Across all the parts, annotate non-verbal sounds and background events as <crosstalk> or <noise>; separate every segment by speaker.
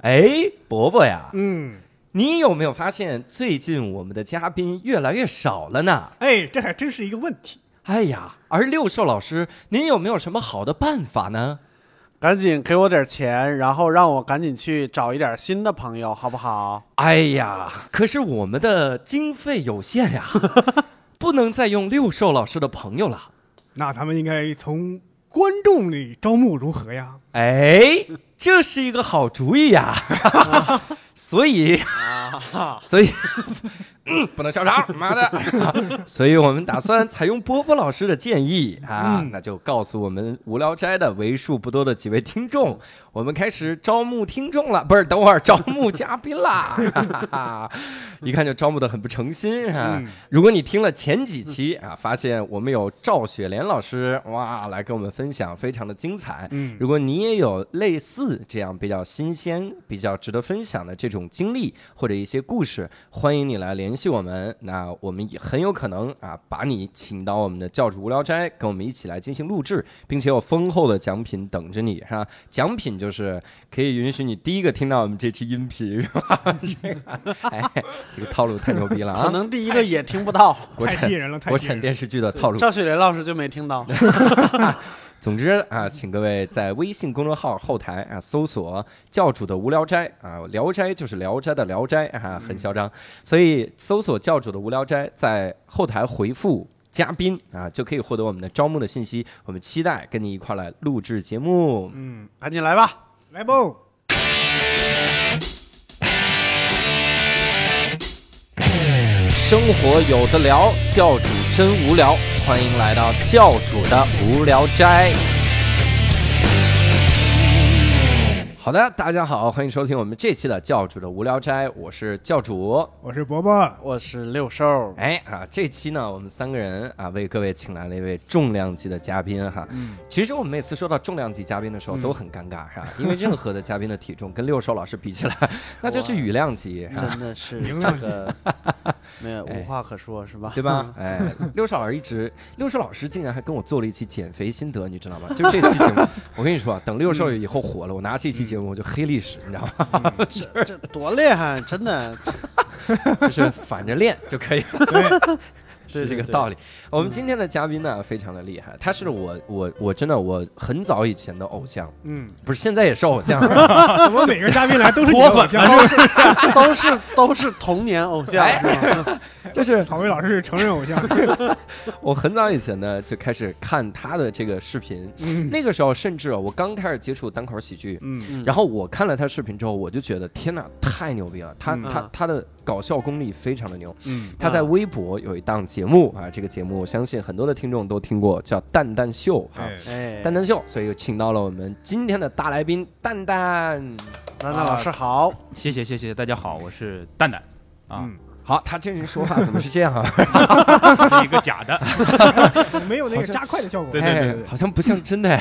Speaker 1: 哎，伯伯呀，
Speaker 2: 嗯，
Speaker 1: 你有没有发现最近我们的嘉宾越来越少了呢？
Speaker 2: 哎，这还真是一个问题。
Speaker 1: 哎呀，而六兽老师，您有没有什么好的办法呢？
Speaker 3: 赶紧给我点钱，然后让我赶紧去找一点新的朋友，好不好？
Speaker 1: 哎呀，可是我们的经费有限呀， <laughs> 不能再用六兽老师的朋友了。
Speaker 2: 那咱们应该从观众里招募如何呀？
Speaker 1: 哎，这是一个好主意 <laughs> 呀、所以，所以、嗯啊 <laughs> 不能笑场，妈的！ <laughs> 所以我们打算采用波波老师的建议啊，
Speaker 2: 嗯
Speaker 1: 那就告诉我们无聊斋的为数不多的几位听众，我们开始招募听众了，不是，等会儿招募嘉宾啦！ <laughs> 哈哈哈一看就招募的很不诚心啊。
Speaker 2: 嗯
Speaker 1: 如果你听了前几期啊，发现我们有赵雪莲老师哇来跟我们分享，非常的精彩。
Speaker 2: 嗯
Speaker 1: 如果你也有类似这样比较新鲜、比较值得分享的这种经历或者一些故事，欢迎你来联系我们。那我们也很有可能啊，把你请到我们的教主无聊斋，跟我们一起来进行录制，并且有丰厚的奖品等着你，是吧？奖品就是可以允许你第一个听到我们这期音频，是吧？这个，哎，这个套路太牛逼了
Speaker 3: 可
Speaker 1: 啊！
Speaker 3: <laughs> 能第一个也听不 <laughs> 到，
Speaker 1: 国
Speaker 2: 太
Speaker 1: 产 <laughs>
Speaker 2: 吸引人了，太
Speaker 1: 国
Speaker 2: 吸引
Speaker 1: 产
Speaker 2: 人了。
Speaker 1: 电视剧的套路。
Speaker 3: 赵雪莲老师就没听到。
Speaker 1: 总之啊，请各位在微信公众号后台啊搜索“教主的无聊斋”啊，聊斋就是聊斋的聊斋啊，很嚣张。所以搜索“教主的无聊斋”，在后台回复“嘉宾”啊，就可以获得我们的招募的信息。我们期待跟你一块儿来录制节目。
Speaker 2: 嗯，
Speaker 3: 赶紧来吧，
Speaker 2: 来不？
Speaker 1: 生活有的聊，教主真无聊，欢迎来到教主的无聊斋。好的，大家好，欢迎收听我们这期的教主的无聊斋，我是教主。
Speaker 2: 我是伯伯，
Speaker 3: 我是六兽。
Speaker 1: 哎啊，这期呢，我们三个人啊，为各位请来了一位重量级的嘉宾哈。其实我们每次说到重量级嘉宾的时候都很尴尬，是吧？因为任何的嘉宾的体重跟六兽老师比起来，那就是羽量级，是吧
Speaker 3: 真的是
Speaker 2: 明
Speaker 3: 这
Speaker 2: 亮
Speaker 3: 个， <laughs> 没有无话可说，是吧？
Speaker 1: 哎 <laughs> 对吧？哎，六少老师一直，六少老师竟然还跟我做了一期减肥心得，你知道吗？就这期节 <laughs> 目，我跟你说啊，等六少以后火了，我拿这期节目我就黑历史，你知道吗？ <laughs>
Speaker 3: 这这多厉害，真的。
Speaker 1: 就是反着练就可以 <laughs> 了， <laughs> 是嗯
Speaker 3: 对
Speaker 1: 这个
Speaker 3: 对
Speaker 1: 道理。我们今天的嘉宾呢，非常的厉害，他是我我我真的我很早以前的偶像，
Speaker 2: 嗯，
Speaker 1: 不是现在也是偶像，啊 <laughs>
Speaker 2: 我们每个嘉宾来都是你的偶像。
Speaker 3: 都是 <laughs> 都是都是童年偶像，
Speaker 1: 哎
Speaker 3: 是吧
Speaker 1: 就是
Speaker 2: 草莓老师是成人偶像，
Speaker 1: 我很早以前呢就开始看他的这个视频，
Speaker 2: 嗯
Speaker 1: 那个时候甚至啊我刚开始接触单口喜剧，
Speaker 2: 嗯
Speaker 1: 然后我看了他视频之后，我就觉得天哪，太牛逼了！他、
Speaker 2: 嗯
Speaker 1: 他他的搞笑功力非常的牛。
Speaker 2: 嗯
Speaker 1: 他在微博有一档节目啊，这个节目我相信很多的听众都听过，叫《蛋蛋秀》啊，
Speaker 2: 哎，
Speaker 3: 哎，
Speaker 1: 蛋
Speaker 3: 丹
Speaker 1: 蛋秀》，所以请到了我们今天的大来宾蛋蛋。
Speaker 3: 丹老师好，
Speaker 4: 谢谢谢谢，大家好，我是蛋蛋，啊，
Speaker 2: 嗯，
Speaker 1: 好，他这人说话怎么是这样 <laughs> 啊？
Speaker 4: 是一个假的，
Speaker 2: 没有那个加快的效果。
Speaker 4: 对对对
Speaker 1: 哎好像不像真的哎。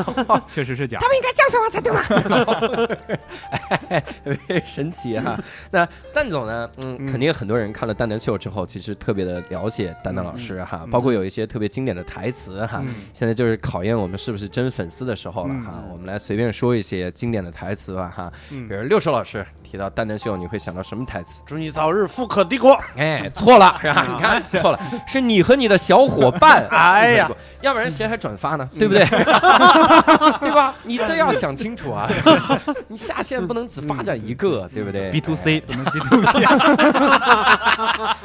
Speaker 4: <laughs> 确实是假。
Speaker 1: 应该这样说话才对吧？哎，神奇啊！那蛋总呢？嗯，
Speaker 2: 嗯
Speaker 1: 肯定很多人看了《蛋蛋秀》之后，其实特别的了解蛋蛋老师哈，包括有一些特别经典的台词哈。
Speaker 2: 嗯
Speaker 1: 现在就是考验我们是不是真粉丝的时候了哈。
Speaker 2: 嗯
Speaker 1: 我们来随便说一些经典的台词吧哈。比
Speaker 2: 嗯，
Speaker 1: 如六叔老师提到《蛋蛋秀》，你会想到什么台词？
Speaker 3: 祝你早日富可敌国。
Speaker 1: 哎，错了是吧？你看错了，是你和你的小伙伴。
Speaker 3: 嗯 <laughs> 哎呀，嗯
Speaker 1: 要不然谁还转发呢？对不 <laughs> 对？对吧？你这要想清楚啊！ <laughs> 你下线不能只发展一
Speaker 3: 嗯
Speaker 1: 个，对不对
Speaker 4: B to C 不能 B to B，
Speaker 1: 哎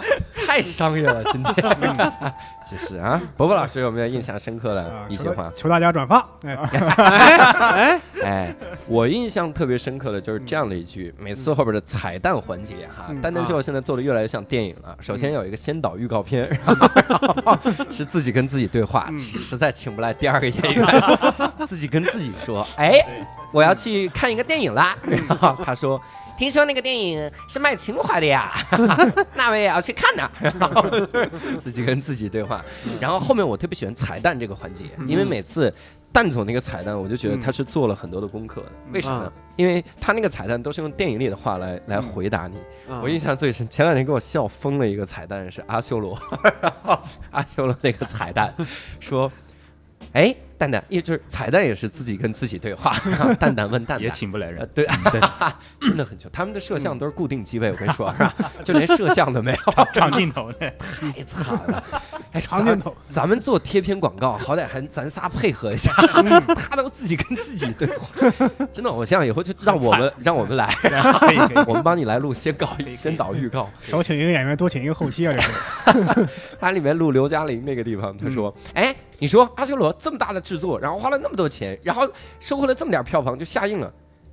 Speaker 1: 太商业了，今
Speaker 3: <laughs>
Speaker 1: 天。
Speaker 3: 嗯
Speaker 1: <laughs> 其实啊，伯伯老师有没有印象深刻的
Speaker 2: 啊
Speaker 1: 一
Speaker 2: 求
Speaker 1: 些话
Speaker 2: 大？求大家转发。哎，
Speaker 1: <laughs> 哎，我印象特别深刻的就是这样的一句，每次后边的彩蛋环节哈，
Speaker 2: 嗯
Speaker 1: 丹丹秀现在做的越来越像电影了。首先有一个先导预告
Speaker 2: <laughs>
Speaker 1: 片， <laughs> 然后是自己跟自己对话，
Speaker 2: 嗯
Speaker 1: 其实在请不来第二个演
Speaker 2: <laughs>
Speaker 1: 员，自己跟自己说：“哎，我要去看一个电影啦。”
Speaker 2: 嗯
Speaker 1: 然后他说。听说那个电影是卖情怀的呀，那我也要去看呢。嗯然后就是自己跟自己对话，然后后面我特别喜欢彩蛋这个环节，因为每次蛋总那个彩蛋，我就觉得他是做了很多的功课的。为啥呢？因为他那个彩蛋都是用电影里的话来来回答你。
Speaker 3: 嗯
Speaker 1: 我印象最深，前两天给我笑疯了一个彩蛋是阿修罗，然后阿修罗那个彩蛋说。哎，蛋蛋，也就是彩蛋也是自己跟自己对话，蛋蛋问蛋
Speaker 4: <laughs> 也
Speaker 1: 蛋。
Speaker 4: 请不来
Speaker 1: 呃
Speaker 4: <laughs> 人，。
Speaker 1: 对，嗯
Speaker 4: 嗯对，
Speaker 1: <laughs> 真的很穷。他们的摄像都是固定机位，我跟你说，是吧？ <laughs> 就连摄像都没有， <laughs>
Speaker 4: 长镜头 <laughs> 的，
Speaker 1: 太惨了。哎，
Speaker 2: 长镜头，
Speaker 1: 咱们做贴片广告，好歹还咱仨配合一下， <laughs> 他都自己跟自己对话，真的，我想以后就让我们让我们来，
Speaker 4: 可以可以，
Speaker 1: 我们帮你来录，先搞
Speaker 4: 以
Speaker 1: 先导预告。
Speaker 2: 少请一个演员，多请一个后期啊！这是
Speaker 1: 他里面录刘嘉玲那个地方，他说：“哎，你说阿修罗这么大的制作，然后花了那么多钱，然后收获了这么点票房就下映了，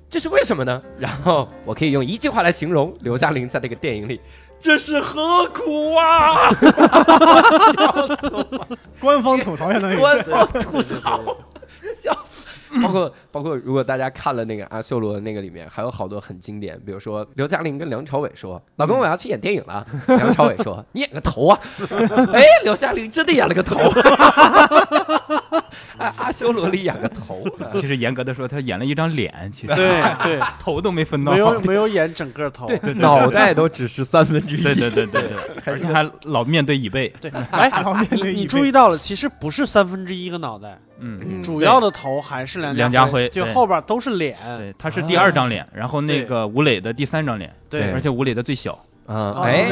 Speaker 1: 这是为什么呢？” <laughs> 然后我可以用一句话来形容刘嘉玲在这个电影里：“这是何苦啊！”笑死我了。
Speaker 2: 官方吐槽相当于
Speaker 1: 官方吐槽，笑死。包括包括，如果大家看了那个阿修罗那个里面，还有好多很经典，比如说刘嘉玲跟梁朝伟说：“老公，我要去演电影了。”梁朝伟说：“ <laughs> 你演个头啊！”哎，刘嘉玲真的演了个头， <laughs> 哎阿修罗里演个头，
Speaker 4: 其实严格的说，他演了一张脸，其实
Speaker 3: 对
Speaker 1: <laughs>
Speaker 3: 对，
Speaker 4: 头都没分到，
Speaker 3: 没
Speaker 4: <laughs>
Speaker 3: 有没有演整个头。
Speaker 1: 对，脑袋都只是三分之一。
Speaker 4: 对对对对对，而且 <laughs> 还老面对椅背，
Speaker 3: 对，哎，
Speaker 2: 老面对
Speaker 3: 你注意到了，其实不是三分之一个脑袋，
Speaker 4: 嗯，
Speaker 1: 嗯
Speaker 3: 主要的头还是梁
Speaker 4: 梁
Speaker 3: 家
Speaker 4: 家辉
Speaker 3: 就
Speaker 4: 对
Speaker 3: 后边都是脸。
Speaker 4: 对，他是第二张脸，然后那
Speaker 3: 对
Speaker 4: 个吴磊的第三张脸，
Speaker 1: 对
Speaker 4: 而且吴磊的最小，
Speaker 1: 啊，
Speaker 3: 哦
Speaker 1: 哎，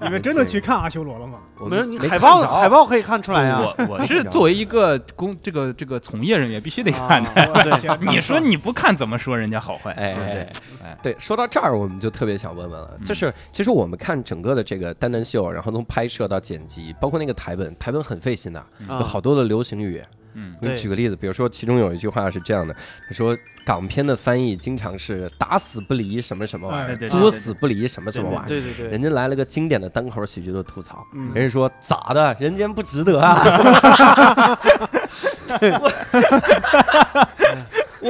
Speaker 2: 你们真的去看阿修罗了吗？
Speaker 1: 我
Speaker 3: 没有
Speaker 1: 们
Speaker 3: 你
Speaker 1: 没
Speaker 3: 海
Speaker 1: 看
Speaker 3: 报
Speaker 1: 着
Speaker 3: 海报可以看出来啊呀。
Speaker 4: 我我是作为一个 <laughs> 工这个这个从业人员必须得看的。
Speaker 3: 啊
Speaker 4: <laughs>
Speaker 3: 对，
Speaker 2: <laughs>
Speaker 4: 你说你不看怎么说人家好坏？
Speaker 1: 哎
Speaker 4: 对不
Speaker 1: 哎嗯
Speaker 4: 对？
Speaker 1: 对，说到这儿，我们就特别想问问了，就是其实我们看整个的这个单单秀，然后从拍摄到剪辑，包括那个台本，台本很费心的，有
Speaker 3: 啊
Speaker 1: 好多的流行语。
Speaker 4: 嗯，
Speaker 1: 你
Speaker 3: 对
Speaker 1: 举个例子，比如说其中有一句话是这样的，他说港片的翻译经常是打死不离什么什么玩意
Speaker 2: 哎
Speaker 1: 儿，
Speaker 4: 对对
Speaker 1: 作死不离什么什么玩意儿。
Speaker 3: 对对对，
Speaker 1: 人家来了个经典的单口喜剧的吐槽，
Speaker 2: 嗯
Speaker 1: 人家说咋的，人间不值得啊。
Speaker 3: <laughs>
Speaker 1: <laughs> 我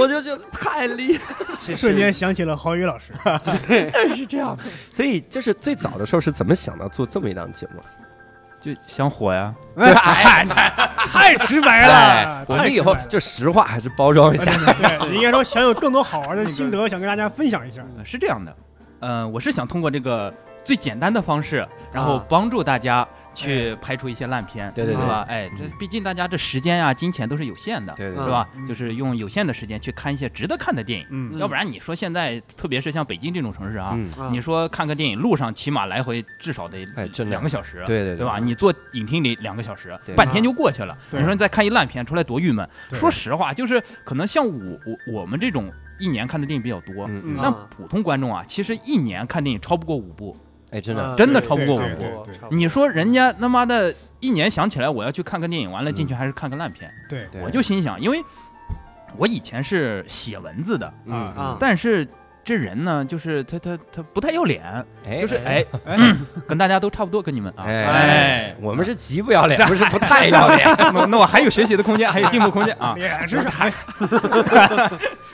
Speaker 1: 我就觉得太厉害了
Speaker 3: 这
Speaker 2: 瞬
Speaker 3: 是
Speaker 2: 间想起了郝宇老师，
Speaker 1: <laughs> 是这样，所以就是最早的时候是怎么想到做这么一档节目？
Speaker 4: 就想火 <laughs> 呀，
Speaker 2: 哎太直白
Speaker 4: 哎
Speaker 2: 了。
Speaker 1: 哎我
Speaker 2: 啊太
Speaker 1: 们
Speaker 2: 直
Speaker 1: 以后
Speaker 2: 白了哎
Speaker 1: 就实话还是包装一
Speaker 2: <laughs>
Speaker 1: 下。
Speaker 2: 对，你应该说想有更多好玩的心得，想跟大家分享一下。
Speaker 4: 呃是这样的，呃，我是想通过这个最简单的方式，然后
Speaker 3: 啊
Speaker 4: 帮助大家去拍出一些烂片，
Speaker 1: 对对对
Speaker 4: 是吧？哎，这毕竟大家这时间啊、金钱都是有限的，
Speaker 1: 对
Speaker 3: 对
Speaker 4: 是吧？就是用有限的时间去看一些值得看的电影，
Speaker 2: 嗯
Speaker 4: 要不然你说现在，特别是像北京这种城市啊，
Speaker 1: 嗯，
Speaker 3: 啊
Speaker 4: 你说看个电影路上起码来回至少得
Speaker 1: 哎真的
Speaker 4: 两个小时，啊
Speaker 1: 对对
Speaker 4: 对吧？？你坐影厅里两个小时
Speaker 1: 对，
Speaker 4: 半天就过去了。
Speaker 2: 对
Speaker 4: 你说你再看一烂片出来多郁闷。
Speaker 2: 对
Speaker 4: 说实话，就是可能像我我我们这种一年看的电影比较多，
Speaker 1: 嗯，
Speaker 4: 那
Speaker 3: 啊
Speaker 4: 普通观众啊，其实一年看电影超不过五部。
Speaker 1: 哎，真的，
Speaker 3: 啊
Speaker 4: 真的
Speaker 3: 对
Speaker 4: 超不过
Speaker 3: 对
Speaker 2: 我
Speaker 3: 对
Speaker 2: 我
Speaker 3: 对差不多
Speaker 4: 你说人家他妈的一年想起来我要去看个电影，完了
Speaker 1: 嗯
Speaker 4: 进去还是看个烂片，
Speaker 2: 对
Speaker 1: 对
Speaker 4: 我就心想，因为我以前是写文字的，
Speaker 1: 嗯
Speaker 3: 啊，
Speaker 4: 但是。这人呢，就是他，他他不太要脸，
Speaker 1: 哎，
Speaker 4: 就是哎，
Speaker 2: 哎
Speaker 4: 嗯跟大家都差不多，跟你们啊，
Speaker 1: 哎
Speaker 4: 哎，
Speaker 1: 我们是极不要脸，不是不太要脸，
Speaker 4: <laughs> 那那我还有学习的空间，还有进步空间啊。
Speaker 2: 脸是啥？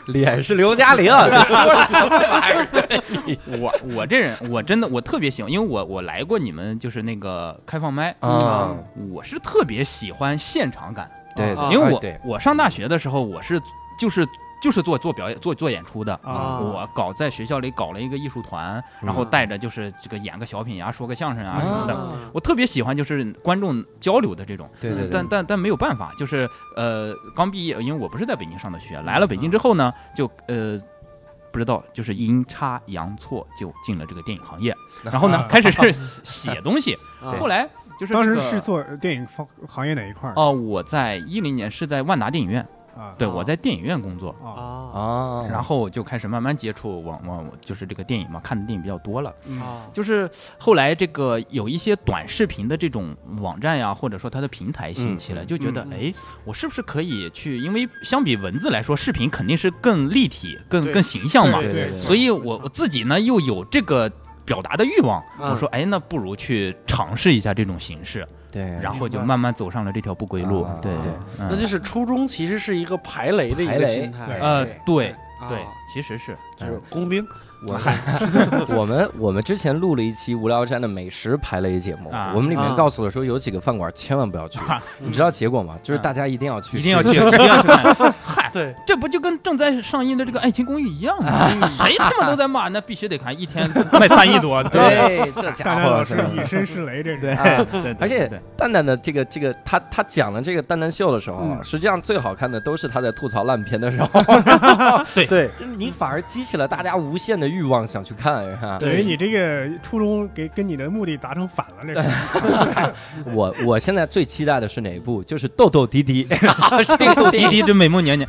Speaker 1: 脸是刘嘉玲，啊你说什么玩意儿？
Speaker 4: <laughs> 我我这人我真的我特别喜欢，因为我我来过你们就是那个开放麦，
Speaker 1: 啊，
Speaker 4: 我是特别喜欢现场感，
Speaker 1: 对，
Speaker 3: 啊
Speaker 4: 因为
Speaker 1: 对
Speaker 4: 我我上大学的时候我是就是就是做做表演做做演出的。
Speaker 2: 啊
Speaker 3: 啊
Speaker 4: 我搞在学校里搞了一个艺术团，
Speaker 1: 嗯
Speaker 4: 然后带着就是这个演个小品呀、说个相声啊什么的。
Speaker 3: 啊
Speaker 4: 我特别喜欢就是观众交流的这种，
Speaker 1: 对对对
Speaker 4: 但但但没有办法，就是呃刚毕业，因为我不是在北京上的学，来了北京之后呢，就呃不知道就是阴差阳错就进了这个电影
Speaker 1: <laughs>
Speaker 4: 行业，然后呢
Speaker 2: 啊
Speaker 4: 开始是写东西，
Speaker 3: 啊
Speaker 4: 后来就是
Speaker 2: 当
Speaker 4: 这
Speaker 2: 时
Speaker 4: 个
Speaker 2: 是做电影方行业哪一块儿
Speaker 4: 哦，我在一零年是在万达电影院，
Speaker 2: 啊？
Speaker 4: 对
Speaker 3: 哦
Speaker 4: 我在电影院工作，
Speaker 2: 啊，
Speaker 3: 啊
Speaker 1: 啊，
Speaker 4: 然后就开始慢慢接触网网就是这个电影嘛，看的电影比较多了。
Speaker 2: 嗯
Speaker 3: 啊
Speaker 4: 就是后来这个有一些短视频的这种网站呀，或者说它的平台兴起了，就觉得
Speaker 3: 嗯
Speaker 4: 哎，我是不是可以去？因为相比文字来说，视频肯定是更立体、更
Speaker 3: 对
Speaker 4: 更形象嘛。
Speaker 1: 对对
Speaker 2: 对，
Speaker 1: 对
Speaker 4: 所以我我自己呢又有这个表达的欲望，
Speaker 3: 嗯
Speaker 4: 我说哎，那不如去尝试一下这种形式，
Speaker 1: 对，
Speaker 4: 然后就
Speaker 3: 哎明白
Speaker 4: 慢慢走上了这条不归路
Speaker 1: 啊。
Speaker 4: 对对，
Speaker 3: 那
Speaker 4: 嗯
Speaker 3: 就是初中其实是一个排雷的一
Speaker 1: 排
Speaker 3: 个
Speaker 1: 雷
Speaker 3: 心态，
Speaker 2: 对
Speaker 4: 呃，对
Speaker 3: 啊
Speaker 4: 对，其实
Speaker 3: <laughs>
Speaker 4: 是
Speaker 3: 就是工兵
Speaker 1: 我我们我们之前录了一期无聊斋的美食排雷节目
Speaker 4: 啊，
Speaker 1: 我们里面
Speaker 3: 啊
Speaker 1: 告诉了说有几个饭馆千万不要去，你知道结果吗？就是大家一定要去，
Speaker 4: 一定要去，一定要去看。嗨，
Speaker 3: 对，
Speaker 4: 这不就跟正在上映的这个《爱情公寓》一样吗？
Speaker 1: <laughs>
Speaker 4: 谁他妈都在骂，那必须得看，一天 <laughs> 卖三亿多，对吧
Speaker 1: 对， <laughs> 这
Speaker 2: 大
Speaker 1: 家
Speaker 2: 家
Speaker 1: 伙
Speaker 2: 老
Speaker 1: 是
Speaker 2: 师以身试雷，这是
Speaker 4: 对
Speaker 1: 啊
Speaker 4: 对对，
Speaker 1: 而且
Speaker 4: 对
Speaker 1: 蛋蛋的这个这个，他他讲了这个蛋蛋秀的时候，啊
Speaker 2: 嗯
Speaker 1: 实际上最好看的都是他在吐槽烂片的时候，
Speaker 4: 哎啊
Speaker 3: 对，
Speaker 1: 就是你反而激起了大家无限的欲望想去看，哎是吧？
Speaker 2: 等于你这个初衷给跟你的目的达成反了，这是
Speaker 1: <laughs> 我我现在最期待的是哪一部？就是豆豆滴滴，啊这个哎
Speaker 4: 滴滴真美梦年年，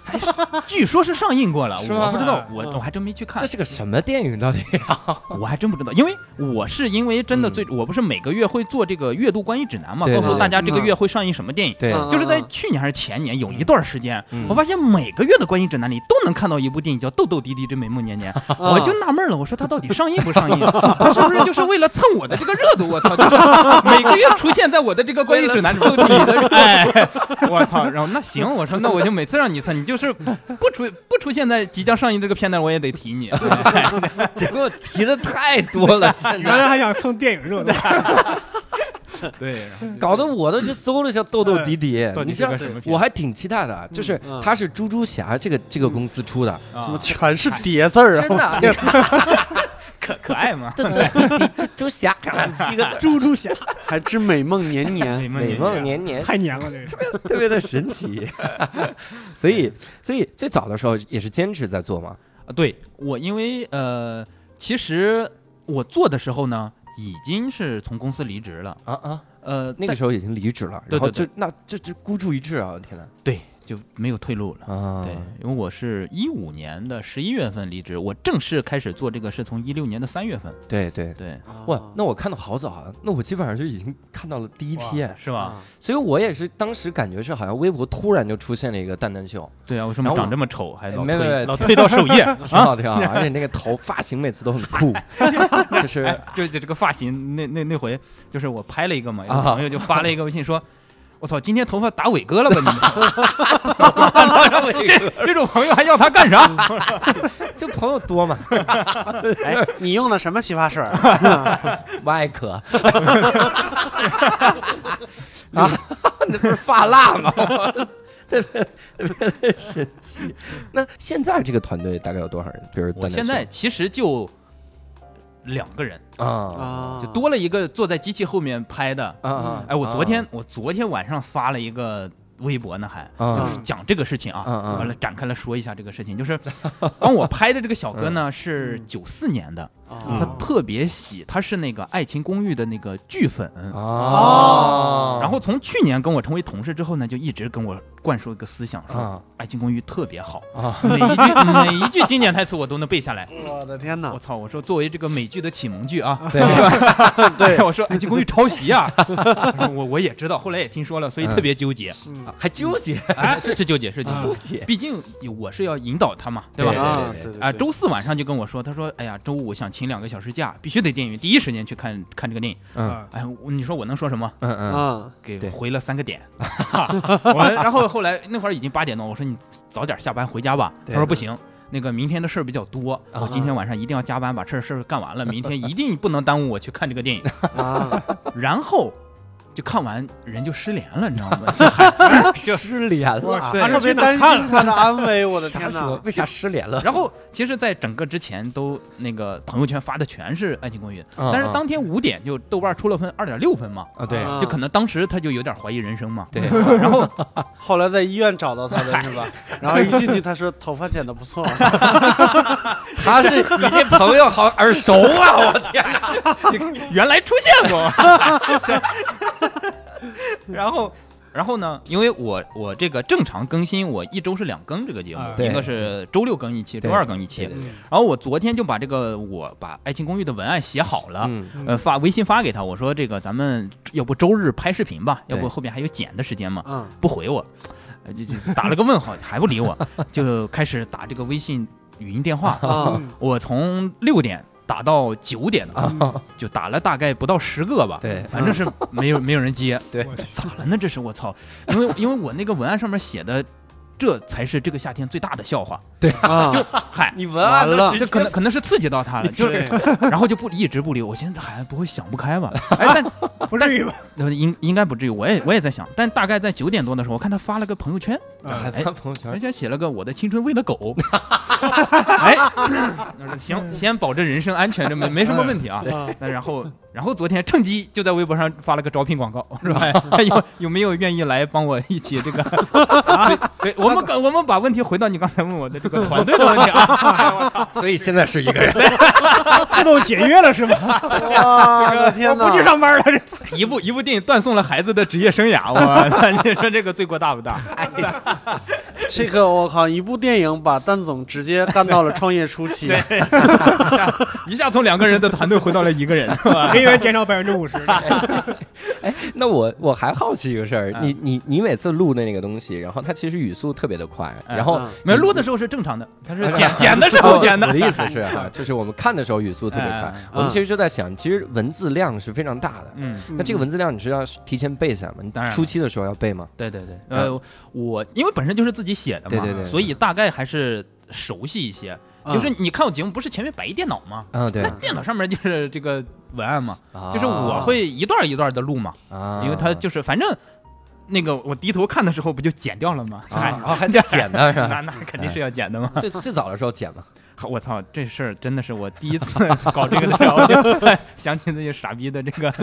Speaker 4: 还是 <laughs> 据说是上映过了，
Speaker 1: 是吗嗯
Speaker 4: 我不知道，我我还真没去看
Speaker 1: 这，是个什么电影？到底
Speaker 4: 我还真不知道，因为我是因为真的最，我不是每个月会做这个月度观影指南嘛，
Speaker 1: 嗯对
Speaker 4: 告诉
Speaker 1: 对
Speaker 4: 大家这个
Speaker 3: 嗯
Speaker 4: 月会上映什么电影。
Speaker 1: 对
Speaker 3: 嗯
Speaker 4: 就是在去年还是前年，有一段时间，
Speaker 1: 嗯
Speaker 4: 我发现每个月的观影指南里都能看到一部电影叫《豆豆滴滴真美梦年年》，我就纳闷了，我说他到底上映不上映？他是不是就是为了蹭我的这个热度？我操，就是每个月出现在我的这个观影指南中。 <laughs> 哎，我操！然后那行，我说那我就每次让你蹭，你就是不出不出现在即将上映这个片段，我也得提你。
Speaker 1: <laughs> 结果提的太多了，现
Speaker 2: 原
Speaker 1: 在
Speaker 2: 来还想蹭电影热度，
Speaker 4: 对，然后就
Speaker 1: 搞得我都去搜了一下豆豆滴滴，
Speaker 4: 到
Speaker 1: 你
Speaker 4: 底
Speaker 1: 知
Speaker 4: 是
Speaker 1: 道
Speaker 4: 个什么片？
Speaker 1: 我还挺期待的，啊就是
Speaker 3: 嗯
Speaker 1: 它是蜘蛛侠这个这个公司出的，
Speaker 4: 啊
Speaker 3: 怎么全是叠字儿
Speaker 1: 真
Speaker 3: 啊？
Speaker 1: 的，就是
Speaker 4: 可可爱吗？
Speaker 1: 豆豆滴 <laughs> 滴蜘蛛侠七个字，
Speaker 2: 猪猪侠
Speaker 3: 还知美梦年
Speaker 4: <laughs>
Speaker 3: 年，
Speaker 1: 美
Speaker 4: 啊
Speaker 1: 梦年年
Speaker 2: 太娘了，这是
Speaker 1: 特别的神奇，所以所以最早的时候也是兼职在做嘛，
Speaker 4: 啊，对我，因为呃，其实我做的时候呢，已经是从公司离职了。
Speaker 1: 啊啊，
Speaker 4: 呃，
Speaker 1: 那个时候已经离职了，
Speaker 4: 对
Speaker 1: 然后
Speaker 4: 对对
Speaker 1: 就那这这孤注一掷啊，我的天哪
Speaker 4: 但对就没有退路了。
Speaker 1: 啊，
Speaker 4: 对，因为我是一五年的十一月份离职，我正式开始做这个是从一六年的三月份。
Speaker 1: 对对，
Speaker 4: 对，
Speaker 1: 哇，那我看的好早啊，那我基本上就已经看到了第一批，
Speaker 4: 是吧？
Speaker 3: 啊
Speaker 1: 所以我也是当时感觉是好像微博突然就出现了一个蛋蛋秀，
Speaker 4: 对啊，为什
Speaker 1: 然后
Speaker 4: 么长这么丑，还老
Speaker 1: 没没没
Speaker 4: 推老推到首
Speaker 1: <laughs>
Speaker 4: 页
Speaker 1: 挺好挺好，而且那个头发型每次都很酷，就是
Speaker 4: 哎，就就这个发型，那那那回就是我拍了一个嘛，有
Speaker 1: 啊
Speaker 4: 个朋友就发了一个微
Speaker 1: <laughs>
Speaker 4: 信说。我操！今天头发打伟哥了吧你？ <laughs> 这这种朋友还要他干啥？
Speaker 1: 就朋友多嘛，
Speaker 3: 哎，你用的什么洗发水儿？啊
Speaker 1: 外壳 <laughs> 啊，那不是发蜡 <laughs> 吗？我特别特别神奇。那现在这个团队大概有多少人？比如
Speaker 4: 我现在其实就两个人，
Speaker 1: 啊
Speaker 3: 啊，
Speaker 4: 就多了一个坐在机器后面拍的。
Speaker 1: 啊啊！
Speaker 4: 哎，我昨天我昨天晚上发了一个微博呢，还
Speaker 1: 啊
Speaker 4: 就是讲这个事情啊，
Speaker 1: 嗯嗯
Speaker 4: 完了展开了说一下这个事情，就是 <laughs> 帮我拍的这个小哥
Speaker 1: 嗯
Speaker 4: 呢是九四年的，他
Speaker 3: 啊
Speaker 4: 特别喜，他是那个《爱情公寓》的那个剧粉。
Speaker 1: 啊，
Speaker 4: 然后从去年跟我成为同事之后呢，就一直跟我灌输一个思想，说《
Speaker 1: 啊
Speaker 4: 爱情公寓》特别好，
Speaker 1: 啊
Speaker 4: 每一句每一句经典台词我都能背下来。
Speaker 3: 我的天
Speaker 4: 我
Speaker 3: 哪！
Speaker 4: 操！我说作为这个美剧的启蒙剧啊， <laughs>
Speaker 1: 对
Speaker 4: 对，我说《爱哎情公寓》抄袭啊，我我我也知道，后来也听说了，所以
Speaker 1: 嗯
Speaker 4: 特别纠结，
Speaker 1: 还纠结
Speaker 4: 哎，是是纠结，是纠结
Speaker 1: 纠结
Speaker 4: 毕竟我是要引导他嘛，对
Speaker 1: 嗯对
Speaker 4: 吧？
Speaker 1: 对
Speaker 3: 啊，
Speaker 1: 对
Speaker 3: 对对
Speaker 4: 啊，周四晚上就跟我说，他说：“哎呀，周五想请两个小时假，必须得电影院第一时间去看看这个电影。
Speaker 1: 嗯
Speaker 2: 啊”
Speaker 4: 哎，我你说我能说什么？
Speaker 1: 嗯嗯
Speaker 3: 啊，
Speaker 4: 给
Speaker 1: 对
Speaker 4: 回了三
Speaker 1: <laughs>
Speaker 4: 个点。我然后后来那会儿已经八点多，我说你早点下班回家吧。
Speaker 1: 对
Speaker 4: 他说不行，那个明天的事儿比较多，
Speaker 1: 啊
Speaker 4: 我今天晚上一定要加班把这事儿干
Speaker 1: <laughs>
Speaker 4: 完了，明天一定不能耽误我去看这个电影。
Speaker 3: 啊，
Speaker 4: 然后就看完人就失联了，你知道
Speaker 1: <laughs>
Speaker 4: 吗？就还
Speaker 1: 失联了。啊
Speaker 4: 对
Speaker 3: 特别担心他的安
Speaker 1: <laughs>
Speaker 3: 危，我的
Speaker 1: 啥
Speaker 3: 天
Speaker 1: 情
Speaker 3: 哪
Speaker 1: 况？！为啥失联了？
Speaker 4: 然后，其实，在整个之前都那个朋友圈发的全是《爱情公寓》，
Speaker 1: 嗯
Speaker 4: 但是当天五点就豆瓣出了分二点六分嘛，
Speaker 1: 啊，对
Speaker 3: 啊
Speaker 4: 就可能当时他就有点怀疑人生嘛。
Speaker 1: 对，
Speaker 4: <laughs> 然后
Speaker 3: 后来在医院找到他的是吧？然后一进去，他说头发剪得不错，啊
Speaker 1: 他是你这朋友好耳熟啊！
Speaker 4: <laughs>
Speaker 1: 我天哪，
Speaker 4: 原来出现
Speaker 1: <laughs>
Speaker 4: 过，然后。然后呢？因为我我这个正常更新，我一周是两更这个节目
Speaker 2: 啊，
Speaker 1: 对
Speaker 4: 一个是周六更一期，
Speaker 1: 对
Speaker 4: 周二更一期。
Speaker 1: 对对对
Speaker 4: 然后我昨天就把这个我把《爱情公寓》的文案写好了，
Speaker 1: 嗯
Speaker 4: 呃，发微信发给他，我说这个咱们要不周日拍视频吧，要
Speaker 1: 对
Speaker 4: 不后面还有剪的时间嘛，
Speaker 3: 嗯，
Speaker 4: 不回我，呃就就打了个问号，还不理我，就开始打这个微信语音电话，
Speaker 3: 啊，
Speaker 4: 我从六点打到九点的，
Speaker 2: 嗯
Speaker 4: 就打了大概不到十个吧，
Speaker 1: 对
Speaker 4: 反正是没有没有人接， <laughs>
Speaker 1: 对
Speaker 2: 我去
Speaker 4: 咋了呢？这是我操，因为因为我那个文案上面写的。这才是这个夏天最大的笑话。
Speaker 3: 啊， <laughs>
Speaker 4: 嗨，
Speaker 1: 你文案
Speaker 3: 完
Speaker 1: 都
Speaker 3: 了
Speaker 1: 直
Speaker 4: 这
Speaker 1: 接
Speaker 4: 可能可能是刺激到
Speaker 3: <laughs>
Speaker 4: 他了，就是
Speaker 3: 对
Speaker 4: 然后就不一直不理我。我寻思这孩子不会想不开吧？ <laughs> 哎，
Speaker 2: 不至于吧？
Speaker 4: 但应应该不至于，我也我也在想，但大概在九点多的时候，我看他发了个朋友圈，
Speaker 1: 还
Speaker 2: 啊
Speaker 4: 哎
Speaker 1: 发朋友圈
Speaker 4: 而，且写了个“我的青春喂了 <laughs> 狗”，哎，嗯我说行，先保证人身安全，这没没什么问题啊。那然后，然后昨天趁机就在微博上发了个招聘广告，是吧？哎有有没有愿意来帮我一起 <laughs> 这个？啊对，对我们刚我们把问题回到你刚才问我的这个团队的问题啊。 <laughs>
Speaker 1: 所以现在是一个人。
Speaker 2: 自动解约了是吧？
Speaker 3: 哇，我的天
Speaker 2: 不去
Speaker 3: 哪！
Speaker 2: 上班了，这
Speaker 4: 一部一部电影断送了孩子的职业生涯， <laughs> 我你说这个罪过大不大？
Speaker 3: 这个我靠，一部电影把蛋总直接干到了创业初期。
Speaker 4: 一下从两个人的团队回到了一个人，是吧？
Speaker 2: 人员减少百分之五十。
Speaker 1: 那我我还好奇一个事儿，
Speaker 4: 嗯
Speaker 1: 你你你每次录的那个东西，然后它其实语速特别的快，
Speaker 4: 嗯
Speaker 1: 然后
Speaker 3: 嗯
Speaker 4: 没有录的时候是正常的，他是
Speaker 1: 啊
Speaker 4: 剪剪 <laughs> 的时候剪的
Speaker 1: 我。的意思是
Speaker 4: <laughs>
Speaker 1: 哈，就是我们看的时候语速特别快
Speaker 4: 哎哎哎，
Speaker 1: 我们其实就在想，其实文字量是非常大的。
Speaker 4: 嗯，
Speaker 1: 那这个文字量你是要提前背下来吗？你
Speaker 4: 当然了
Speaker 1: 初期的时候要背吗？
Speaker 4: 对对对，呃，我因为本身就是自己写的嘛，
Speaker 1: 啊对对对
Speaker 4: 所以大概还是熟悉一些。
Speaker 3: 嗯
Speaker 4: 就是你看我节目，不是前面摆一电脑吗？
Speaker 1: 啊，对
Speaker 4: 那，电脑上面就是这个文案嘛，就是我
Speaker 1: 啊，
Speaker 4: 会一段一段的录嘛，
Speaker 1: 啊
Speaker 4: 因为它就是反正那个我低头看的时候不就剪掉了吗？哎
Speaker 1: 啊，还得剪呢是吧？
Speaker 4: <laughs>
Speaker 1: 哎
Speaker 4: 那那肯定是要剪的嘛！
Speaker 1: <laughs> 最最早的时候剪
Speaker 4: <laughs>
Speaker 1: 嘛，
Speaker 4: 我操，这事儿真的是我第一次搞这个的时候，我就 <laughs> 想起那些傻逼的这个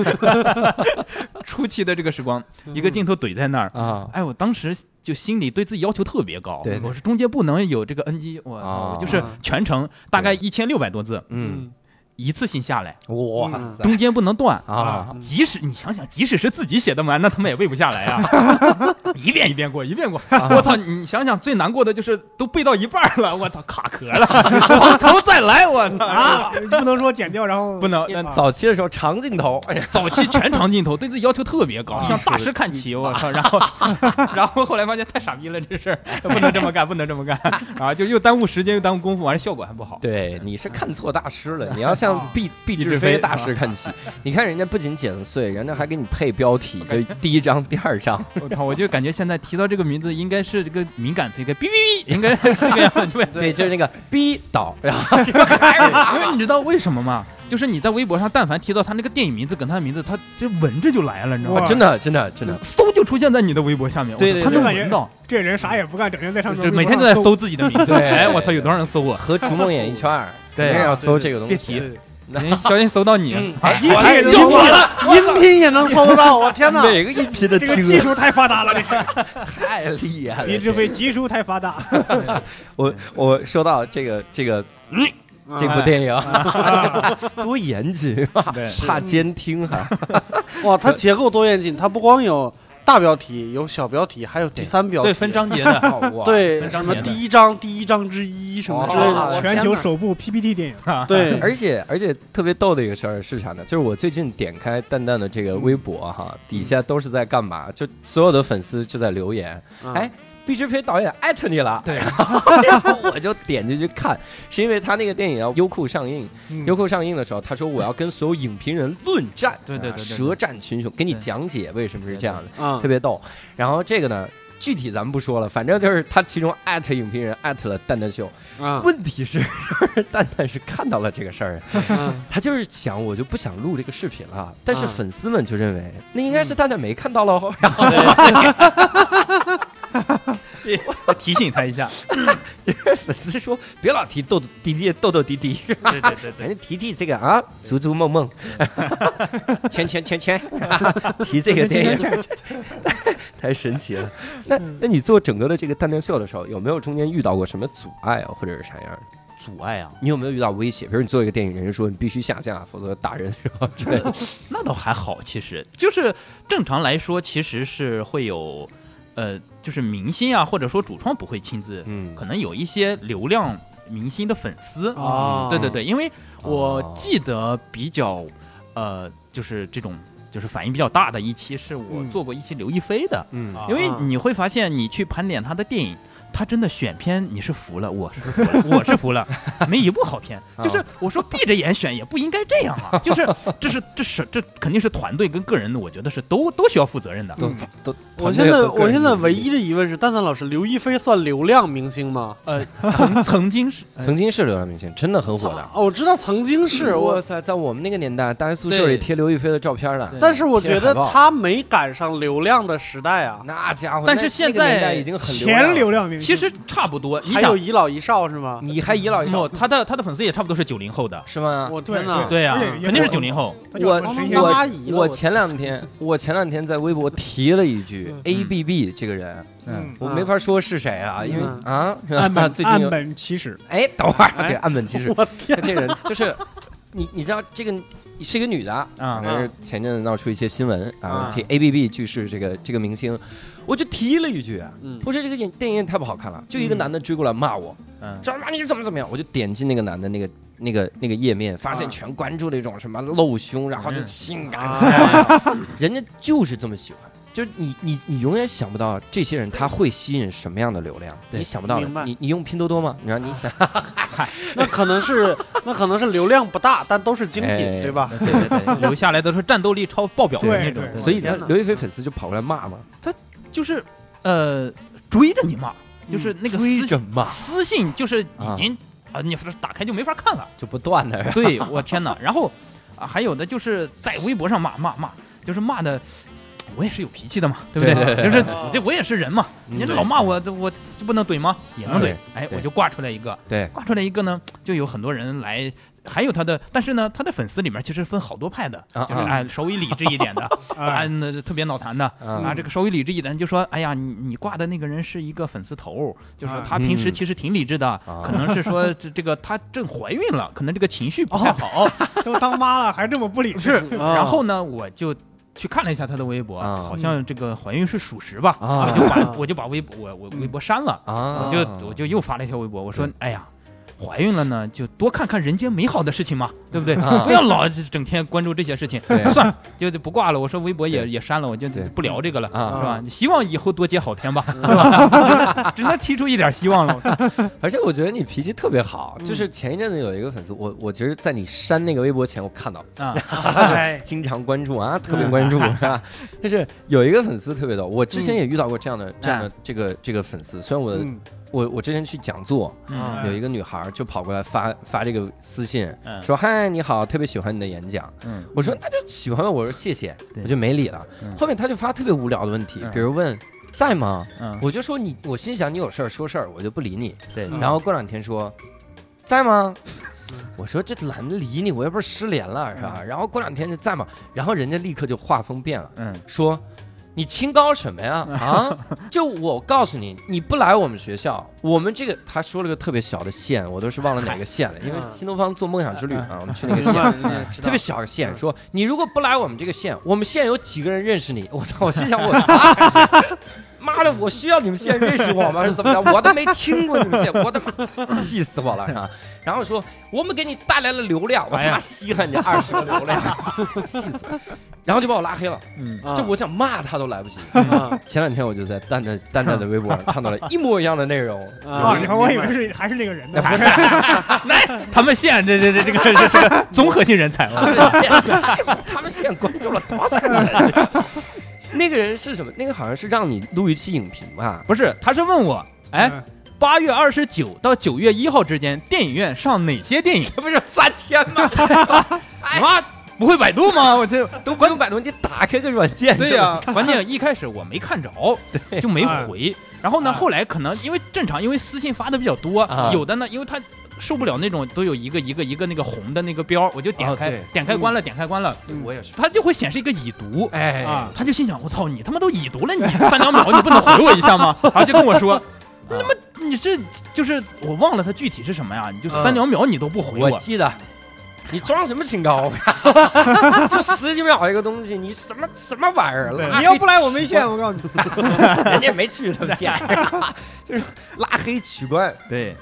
Speaker 4: <laughs> 初期的这个时光，一个镜头怼在那儿，
Speaker 1: 啊，
Speaker 4: 哎，我当时就心里对自己要求特别高，
Speaker 1: 对对
Speaker 4: 我是中间不能有这个 NG，我、
Speaker 1: 啊
Speaker 4: 我就是全程大概一千六百多字，
Speaker 1: 嗯，
Speaker 4: 一次性下来，
Speaker 1: 哇塞
Speaker 4: 中间不能断。
Speaker 1: 啊，
Speaker 4: 即使你想想，即使是自己写的文案，那他们也背不下来啊！
Speaker 1: <laughs>
Speaker 4: 一遍一遍过，一遍过。
Speaker 1: 啊
Speaker 4: 我操，你想想，最难过的就是都背到一半了，我操，卡壳了，从头再来，我 <laughs> 操！
Speaker 2: 啊， <laughs> 不能说减掉，然后
Speaker 4: 不能，那
Speaker 1: 早期的时候长镜头，哎呀
Speaker 4: <laughs> 早期全场镜头对自己要求特别高，向大师看齐，我操！然后， <laughs> 然后后来发现太傻逼了，这事儿不能这么干，不能这么干，然后就又耽误时间，又耽误功夫，完了效果还不好。
Speaker 1: 对，你是看错大师了。你要向
Speaker 2: 啊
Speaker 1: 毕毕
Speaker 4: 毕
Speaker 1: 志
Speaker 4: 志
Speaker 1: 飞
Speaker 4: 飞
Speaker 1: 大师看
Speaker 4: <laughs>
Speaker 1: 齐。你看人家不仅剪碎，人家还给你配标题，就第一章、第二章。
Speaker 4: <laughs> 我操！我就感觉现在提到这个名字，应该是这个敏感词，应该哔哔哔，应该是这个样子，对。
Speaker 1: 对，就是那个逼导，然后还是他
Speaker 4: <laughs> 因为你知道为什么吗？就是你在微博上，但凡提到他那个电影名字跟他的名字，他这闻着就来了，你知道
Speaker 1: 啊
Speaker 4: 吗
Speaker 2: 哇？
Speaker 1: 真的，真的，真的。
Speaker 4: 嗖就出现在你的微博下面，我
Speaker 1: 对
Speaker 4: 操
Speaker 1: 对
Speaker 4: 他能
Speaker 2: 对
Speaker 4: 闻到，
Speaker 2: 这人啥也不干，整天在上
Speaker 4: 就是
Speaker 2: 面
Speaker 4: 每天都在
Speaker 2: 搜
Speaker 4: 搜自己的名字。
Speaker 1: 对
Speaker 4: 哎，我操，有多少人搜 <laughs> 我？
Speaker 1: 和《逐梦演艺圈》
Speaker 4: 对
Speaker 1: 肯定要搜这个东
Speaker 4: 别
Speaker 1: 西。
Speaker 4: 提，
Speaker 1: 那
Speaker 4: 人家哎小心搜到你
Speaker 1: 嗯，哎
Speaker 4: 哎
Speaker 2: 音频也
Speaker 1: 我音
Speaker 2: 搜过
Speaker 1: 频
Speaker 2: 了，
Speaker 3: 音频也能搜得到，我天哪！
Speaker 1: 每个音频的
Speaker 2: 这个技
Speaker 1: 听
Speaker 2: 术太发达了，这是
Speaker 1: 太厉害了。
Speaker 2: 比志飞技术太发达。
Speaker 1: 我我说到这个这个
Speaker 3: 啊嗯
Speaker 1: 这部电影， <laughs> 多严谨，
Speaker 4: <laughs>
Speaker 1: 啊
Speaker 4: 对
Speaker 1: 怕监听哈。
Speaker 3: 哇，它结构多严谨，它不光有大标题，有小标题，还有第三标题，
Speaker 4: 对分章节 <laughs> 的，
Speaker 3: 对
Speaker 4: 分章
Speaker 3: 什么
Speaker 4: 节的
Speaker 3: 第一章、第一章之一什么之类
Speaker 1: 哦
Speaker 3: 的，我
Speaker 2: 全
Speaker 3: 天
Speaker 2: 球
Speaker 3: 哪
Speaker 2: 首部 PPT 电影，
Speaker 3: 对，
Speaker 1: 而且而且特别逗的一个事儿是啥呢？就是我最近点开蛋蛋的这个微博哈，底下都是在干嘛？就所有的粉丝就在留言，
Speaker 3: 嗯
Speaker 1: 哎，毕志飞导演艾特你了， <laughs>
Speaker 4: 对 <laughs>
Speaker 1: 然后我就点进去看，是因为他那个电影要优酷上映，
Speaker 4: 嗯
Speaker 1: 优
Speaker 4: <laughs>
Speaker 1: 酷上映的时候，他说我要跟所有影评人论战，啊
Speaker 4: 对对对对对
Speaker 1: 舌战群雄，给你
Speaker 4: 对
Speaker 1: 讲解为什么是这样的，
Speaker 3: 嗯
Speaker 1: 特别逗。然后这个呢，具体咱们不说了，反正就是他其中艾特影评人艾特了蛋蛋秀，
Speaker 4: 啊
Speaker 3: 嗯
Speaker 1: 问题是 <laughs> 蛋蛋是看到了这个事儿。 <laughs>
Speaker 3: 嗯
Speaker 1: 他就是想，我就不想录这个视频了。但是
Speaker 4: 啊
Speaker 3: 嗯
Speaker 1: 粉丝们就认为那应该
Speaker 4: 嗯
Speaker 1: 是蛋蛋没看到喽，然后
Speaker 4: 提醒他一下。
Speaker 1: <laughs> 粉丝说别老提豆豆滴滴豆豆滴滴，
Speaker 4: 对对对
Speaker 1: <laughs> 人家提起这个啊，足足梦梦， <laughs> 圈圈圈圈，提这个电影 <laughs> 太神奇了。那那你做整个的这个蛋蛋秀的时候，有没有中间遇到过什么阻碍啊，或者是啥样的？
Speaker 4: <laughs> 阻碍啊，
Speaker 1: 你有没有遇到威胁？比如你做一个电影，人家说你必须下架，否则打人是吧？之类的。
Speaker 4: 那倒还好，其实就是正常来说，其实是会有，呃，就是明星啊，或者说主创不会亲自，
Speaker 1: 嗯
Speaker 4: 可能有一些流量明星的粉丝，
Speaker 3: 啊，
Speaker 4: 对对对，因为
Speaker 1: 哦
Speaker 4: 我记得比较，呃，就是这种就是反应比较大的一期，是我
Speaker 2: 嗯
Speaker 3: 啊
Speaker 2: 啊
Speaker 4: 做过一期刘亦菲的，
Speaker 1: 嗯
Speaker 4: 因为你会发现，你去盘点她的电影，他真的选片你是服了，我是服了，我是服了，
Speaker 2: <laughs>
Speaker 4: 没一部好片。
Speaker 2: 啊
Speaker 4: 就是我说闭着眼选也不应该这样
Speaker 2: <laughs>
Speaker 4: 啊，就是这是这是这肯定是团队跟个人，我觉得是都都需要负责任的。
Speaker 1: 都
Speaker 2: 嗯
Speaker 1: 都，
Speaker 3: 我现在我现在唯一的疑问是，蛋蛋老师，刘亦菲算流量明星吗？
Speaker 4: 呃，曾曾
Speaker 2: <laughs>
Speaker 4: 经是呃
Speaker 1: 曾经是流量明星，真的很火的。
Speaker 3: 哦，我知道曾经是
Speaker 1: 哇
Speaker 3: 我，
Speaker 1: 塞，在我们那个年代，大学宿舍里
Speaker 4: 对
Speaker 1: 贴刘亦菲的照片的
Speaker 4: 对，
Speaker 3: 但是我觉
Speaker 1: 贴
Speaker 3: 得
Speaker 1: 海报
Speaker 3: 她没赶上流量的时代啊。
Speaker 1: 那家伙，
Speaker 4: 但是
Speaker 1: 那
Speaker 4: 现
Speaker 1: 那个年
Speaker 4: 在
Speaker 1: 代已经很
Speaker 2: 前
Speaker 1: 流
Speaker 2: 流
Speaker 1: 了，
Speaker 2: 量明星。
Speaker 4: 其实差不多。你
Speaker 3: 还
Speaker 4: 想
Speaker 3: 有，一老一少是吗？
Speaker 1: 你还遗老遗
Speaker 4: 没有
Speaker 1: 少
Speaker 4: 他的他的粉丝也差不多是九零后的，
Speaker 1: 是吗？
Speaker 3: 我
Speaker 2: 对
Speaker 3: 天哪！
Speaker 4: 对呀、啊
Speaker 2: 而且也
Speaker 4: 肯定是
Speaker 2: 我
Speaker 4: 九零后。
Speaker 2: 他叫
Speaker 1: 我
Speaker 2: 什么
Speaker 3: 我
Speaker 2: 谁
Speaker 3: 当
Speaker 1: <laughs>
Speaker 2: 呀
Speaker 3: 阿姨了，
Speaker 1: 我前两天，我前两天在微博提了一句
Speaker 3: 嗯
Speaker 1: A B B 这个人，
Speaker 2: 嗯，
Speaker 1: 我没法说是谁啊，因为
Speaker 3: 嗯
Speaker 1: 啊，
Speaker 2: 按
Speaker 1: <laughs>
Speaker 2: 本
Speaker 1: 最近
Speaker 2: 按
Speaker 1: 有
Speaker 2: 本起始，
Speaker 1: 哎，等会儿
Speaker 3: 哎
Speaker 1: 对岸本其实
Speaker 3: 我天，
Speaker 1: 这人就是 <laughs> 你，你知道这个是一个女的，
Speaker 4: 啊
Speaker 1: 反
Speaker 2: 嗯
Speaker 1: 正前阵子闹出一些新闻啊
Speaker 3: 啊，
Speaker 1: 这 A B B 句是这个这个明星，我就提了一句，啊
Speaker 3: 嗯
Speaker 1: 我说这个演电影也太不好看了，就一个男的追过来骂我，
Speaker 4: 嗯，
Speaker 1: 说妈你怎么怎么样，我就点进那个男的那个。那个那个页面，发现
Speaker 3: 啊
Speaker 1: 全关注那种什么露胸，然后就
Speaker 4: 嗯
Speaker 1: 性感，
Speaker 3: 啊
Speaker 1: 人家就是这么喜欢，就是你你你永远想不到这些人他会吸引什么样的流量，
Speaker 4: 对
Speaker 1: 你想不到
Speaker 3: 明白
Speaker 1: 的。你你用拼多多吗？你让你想，
Speaker 3: 那可能是那可能是流量不大，但都是精
Speaker 1: 哎
Speaker 3: 品，对吧？
Speaker 1: 对对对，
Speaker 4: 嗯留下来的是战斗力超爆表的
Speaker 2: 对
Speaker 4: 那种，
Speaker 1: <laughs>
Speaker 2: 对
Speaker 1: 所以
Speaker 3: 天
Speaker 1: 呢
Speaker 3: 哪，
Speaker 1: 刘亦菲粉丝就跑过来骂嘛，
Speaker 4: 就是呃追着你骂，就是那个私信
Speaker 1: <laughs> 骂
Speaker 4: 私信就是已经啊，你说打开就没法看
Speaker 1: <laughs>
Speaker 4: 了。
Speaker 1: 就不断的，
Speaker 4: 对，我天哪！然后啊，还有的就是在微博上骂骂骂，就是骂的。我也是有脾气的嘛，对不
Speaker 1: 对对对
Speaker 4: 就是
Speaker 3: 对
Speaker 4: 我这我也是人嘛，
Speaker 1: 嗯
Speaker 4: 你老骂我，这我就不能怼吗？也能怼
Speaker 1: 对。
Speaker 4: 哎，
Speaker 1: 对
Speaker 4: 我就挂出来一个，
Speaker 1: 对
Speaker 4: 挂出来一个呢，就有很多人来，还有他的，但是呢，他的粉丝里面其实分好多派的，
Speaker 1: 啊
Speaker 4: 就是
Speaker 1: 啊
Speaker 4: 哎稍微理智一
Speaker 1: <laughs>
Speaker 4: 点的，啊，
Speaker 2: 啊，
Speaker 4: 那特别脑残的。啊，
Speaker 1: 啊
Speaker 4: 这个稍微理智一点就说，哎呀，你你挂的那个人是一个粉丝头，就是说
Speaker 2: 啊
Speaker 4: 他平时
Speaker 1: 嗯
Speaker 4: 其实挺理智的，
Speaker 1: 啊
Speaker 4: 可能是
Speaker 1: <laughs>
Speaker 4: 说这这个她正怀孕了，可能这个情绪不
Speaker 1: 哦
Speaker 4: 太好，
Speaker 2: 都当妈了还这么不理智嗯
Speaker 4: 是。
Speaker 3: 啊
Speaker 4: 然后呢，我就去看了一下她的微博，
Speaker 1: 啊
Speaker 4: 好像这个怀孕是属实吧，
Speaker 1: 啊
Speaker 4: 我就把我就把微博我我微博删了，
Speaker 1: 啊
Speaker 4: 我
Speaker 3: 啊
Speaker 4: 就我就又发了一条微博，我说
Speaker 1: 对，
Speaker 4: 哎呀。怀孕了呢，就多看看人间美好的事情嘛，对不对？
Speaker 1: 啊
Speaker 4: 不要老整天关注这些事情
Speaker 1: 对。
Speaker 4: 算了，就就不挂了。我说微博也
Speaker 1: 对
Speaker 4: 也删了，我就
Speaker 1: 对
Speaker 4: 不聊这个了。
Speaker 1: 啊，嗯
Speaker 4: 是吧
Speaker 3: 啊？
Speaker 4: 希望以后多接好片吧， <laughs> 是吧？只能提出一点希望了。
Speaker 1: 而且我觉得你脾气特别好，就是前一阵子有一个粉丝，我我其实，在你删那个微博前，我看到
Speaker 4: 啊，
Speaker 3: 哎，
Speaker 1: 经常关注啊，特别关注 <laughs>
Speaker 4: 嗯
Speaker 1: 啊，就是有一个粉丝特别逗，我之前也遇到过这样
Speaker 4: 嗯
Speaker 1: 的这样的这个这个粉丝，虽然我
Speaker 2: 嗯
Speaker 1: 我我之前去讲座，
Speaker 3: 嗯
Speaker 1: 有一个女孩儿就跑过来发发这个私信，
Speaker 4: 嗯
Speaker 1: 说嗨你好，特别喜欢你的演讲。
Speaker 4: 嗯
Speaker 1: 我说那就喜欢吧，我说谢谢，
Speaker 4: 对
Speaker 1: 我就没理了
Speaker 4: 嗯。
Speaker 1: 后面她就发特别无聊的问题
Speaker 4: 嗯，
Speaker 1: 比如问在吗？
Speaker 4: 嗯，
Speaker 1: 我就说你，我心想你有事儿说事儿，我就不理你。
Speaker 4: 对
Speaker 1: 然后过两天说在吗？我说这懒得理你，我又不是失联了是吧？然后过两天就在吗？然后人家立刻就画风变了，
Speaker 4: 嗯
Speaker 1: 说你清高什么呀？啊，就我告诉你，你不来我们学校，我们这个他说了个特别小的县，我都是忘了哪个县了，因为新东方做梦想之旅嘛，我们去那个
Speaker 3: <laughs>
Speaker 1: 县。特
Speaker 3: 特
Speaker 1: 别小的县说，你如果不来我们这个县，我们县有几个人认识你？ <laughs> 我操！我心想我啊，妈的，我需要你们县认识我吗？是怎么着？我都没听过你们县，我的妈，气死我了！是吧？然后说我们给你带来了流量，我他妈稀罕你二十个流量，气死！然后就把我拉黑了，
Speaker 4: 嗯
Speaker 1: 就我想骂他都来不及。
Speaker 3: 啊
Speaker 1: 前两天我就在蛋蛋蛋蛋的微博上看到了一模一样的内容，
Speaker 2: 啊！
Speaker 3: 啊！。
Speaker 2: 你看，我以为是还是那个人呢， <laughs> 嗯
Speaker 4: 嗯他们县这这这这个这这是
Speaker 1: <laughs>
Speaker 4: 综合性人才
Speaker 1: 他
Speaker 4: 了。
Speaker 1: 们现他们现关注了多少人？啊 <laughs> 那个人是什么？那个好像是让你录一期影评吧？ <laughs>
Speaker 4: 不是，他是问我，
Speaker 1: 嗯
Speaker 4: 哎，八月二十九到九月一号之间，电影院上哪些电影？
Speaker 1: 这不是三天吗？哎
Speaker 4: 妈，不会百度 <laughs> 吗？我这
Speaker 1: 都不用百度，你打开个软件。
Speaker 4: 哎对呀， <laughs> 关键一开始我没看着，就没 <laughs> 回。然后呢，
Speaker 2: 啊
Speaker 4: 后来可能因为正常，因为私信发的比较多
Speaker 1: 啊，
Speaker 4: 有的呢，因为他受不了那种都有一个一个一个那个红的那个标，我就点
Speaker 1: 哦
Speaker 4: 开
Speaker 1: 对
Speaker 4: 点开关了，点开关了，
Speaker 1: 我也是。
Speaker 4: 它就会显示一个已读。
Speaker 1: 哎，
Speaker 2: 啊
Speaker 4: 他就心想：我操，你他妈都已读了，你三两秒你不能回我一下 <laughs> 吗？然后就跟我说，
Speaker 1: 那
Speaker 4: 么你这就是我忘了他具体是什么呀？你就三两秒你都不回
Speaker 1: 我
Speaker 4: 我，
Speaker 1: 记得。你装什么清高？啊 <laughs> 就十几秒一个东西，你什么什么玩意儿？
Speaker 2: 对
Speaker 1: 拉黑
Speaker 2: 你要不来我没线，我告诉你，
Speaker 1: 人家没去他们县，就是拉黑取关。
Speaker 4: <laughs> 对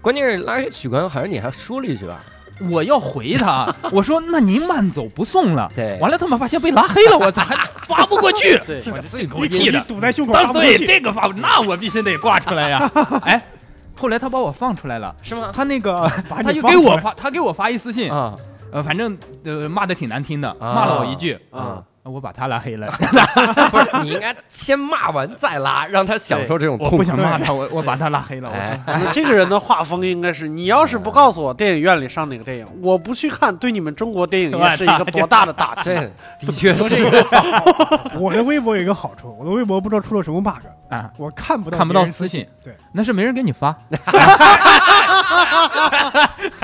Speaker 1: 关键是拉黑取关，好像你还说了一句吧？
Speaker 4: 我要回他，我说那您慢走不送了。
Speaker 1: 对
Speaker 4: 完了他妈发现被拉黑了，我操，还发不过去
Speaker 3: 对
Speaker 4: 我这给我
Speaker 2: 一口
Speaker 4: 气
Speaker 2: 气
Speaker 4: 的，
Speaker 2: 堵在胸口，发
Speaker 4: 当
Speaker 2: 不出
Speaker 4: 对
Speaker 2: 气
Speaker 4: 这个发，那我必须得挂出来呀。哎，后来他把我放出来了，
Speaker 1: 是吗？
Speaker 4: 他那个
Speaker 2: 把
Speaker 4: 他
Speaker 2: 你
Speaker 4: 就
Speaker 2: 放
Speaker 4: 给
Speaker 2: 出
Speaker 4: 我
Speaker 2: 来
Speaker 4: 发，他给我发一私信， <laughs>
Speaker 1: 啊，
Speaker 4: 呃，反正呃骂的挺难听的，骂了我一句，
Speaker 3: 啊，
Speaker 4: 我把他拉黑了。 <laughs>
Speaker 1: 不是，你应该先骂完再拉，让他享受这种
Speaker 4: 我
Speaker 1: 痛
Speaker 4: 不
Speaker 1: 苦。
Speaker 4: 想骂他，我我把他拉黑了。我
Speaker 1: 哎，
Speaker 3: 那这个人的画风应该是，你要是不告诉我电影院里上哪个电影，我不去看，对你们中国电
Speaker 4: <laughs>
Speaker 3: 影业是一个多大的打击
Speaker 1: 这的确是
Speaker 2: 我的微博有一个好处，我的微博不知道出了什么 bug，
Speaker 4: 啊，
Speaker 2: 我看不到
Speaker 4: 看不到
Speaker 2: 别人
Speaker 4: 私信，
Speaker 2: 对，
Speaker 4: 那是没人给你发。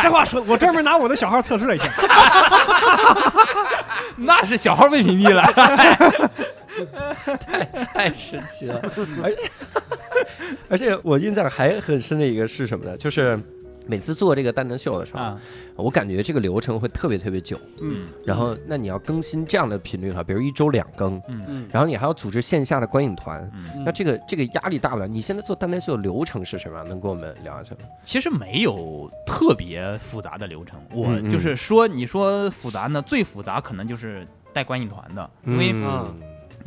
Speaker 2: 这话说，我专门拿我的小号测试了一下，
Speaker 4: <laughs> 那是小号被屏蔽了。
Speaker 1: 太神奇了，而 <laughs> 且而且我印象还很深的一个是什么呢？就是每次做这个蛋蛋秀的时候，
Speaker 4: <laughs> 啊，
Speaker 1: 我感觉这个流程会特别特别久。
Speaker 4: 嗯
Speaker 1: 然后，那你要更新这样的频率哈，比如一周两更，
Speaker 4: 嗯
Speaker 3: 嗯，
Speaker 1: 然后你还要组织线下的观影团。
Speaker 4: 嗯，
Speaker 1: 那这个这个压力大不了。你现在做蛋蛋秀的流程是什么样？能跟我们聊一下吗？
Speaker 4: 其实没有特别复杂的流程，我
Speaker 1: 嗯嗯
Speaker 4: 就是说，你说复杂呢，最复杂可能就是带观影团的，因为
Speaker 1: 嗯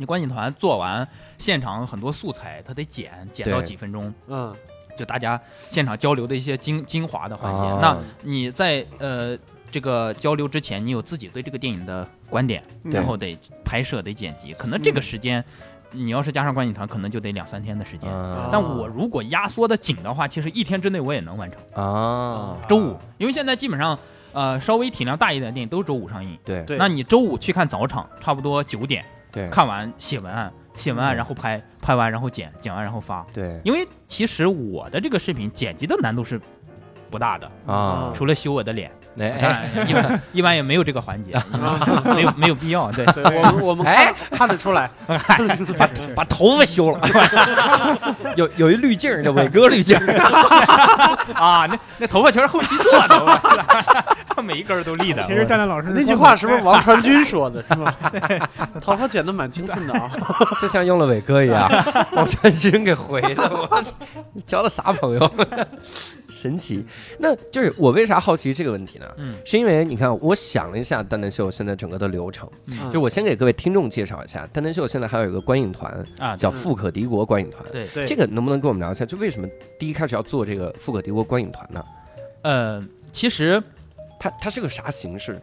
Speaker 4: 你观影团做完现场很多素材，他得剪，剪到
Speaker 1: 对
Speaker 4: 几分钟，
Speaker 3: 嗯
Speaker 4: 就大家现场交流的一些精精华的环节。
Speaker 1: 啊
Speaker 4: 那你在呃这个交流之前，你有自己对这个电影的观点，
Speaker 2: 嗯
Speaker 1: 对
Speaker 4: 然后得拍摄得剪辑，可能这个时间，你要是加上观影团，可能就得两三天的时间。
Speaker 1: 啊
Speaker 4: 但我如果压缩的紧的话，其实一天之内我也能完成。
Speaker 1: 啊，
Speaker 4: 周五，因为现在基本上，呃，稍微体量大一点的电影都是周五上映。
Speaker 1: 对
Speaker 3: 对，
Speaker 4: 那你周五去看早场，差不多九点
Speaker 1: 对
Speaker 4: 看完，写文案，写文案然后拍，拍完然后剪，剪完然后发。
Speaker 1: 对
Speaker 4: 因为其实我的这个视频剪辑的难度是不大的，
Speaker 1: 啊，
Speaker 4: 除了修我的脸，
Speaker 1: 哎
Speaker 4: 当
Speaker 1: 哎
Speaker 4: 然一般一般也没有这个
Speaker 1: <laughs>
Speaker 4: 环节，没有没有必要。对，
Speaker 3: 嗯
Speaker 4: <laughs>
Speaker 3: 对我们我们
Speaker 1: 哎
Speaker 3: 看看得出来，
Speaker 1: 把 <laughs> 把头发修了，有有一滤镜儿叫伟哥滤镜儿，
Speaker 4: <laughs> 啊，那那头发全是后期做的，我 <laughs> 每一根儿都
Speaker 1: <laughs>
Speaker 4: 立的。
Speaker 2: <laughs> 其实蛋蛋老师
Speaker 3: 那句话是不是王传君说的？是吧？ <laughs> 头发剪得蛮清新的
Speaker 4: <laughs>
Speaker 3: 啊。
Speaker 1: 就像用了伟哥一样，王传君给回的。我你交的啥朋友？ <laughs> 神奇。那就是我为啥好奇这个问题呢？
Speaker 4: 嗯
Speaker 1: 是因为你看，我想了一下蛋蛋秀现在整个的流程，
Speaker 4: 嗯
Speaker 1: 就我先给各位听众介绍一下，蛋蛋秀现在还有一个观影团
Speaker 4: 啊，
Speaker 1: 叫富可敌国观影团。
Speaker 4: 对，
Speaker 3: 对，
Speaker 1: 这个能不能跟我们聊一下？就为什么第一开始要做这个富可敌国观影团呢？
Speaker 4: 呃，其实
Speaker 1: 它它是个啥形式？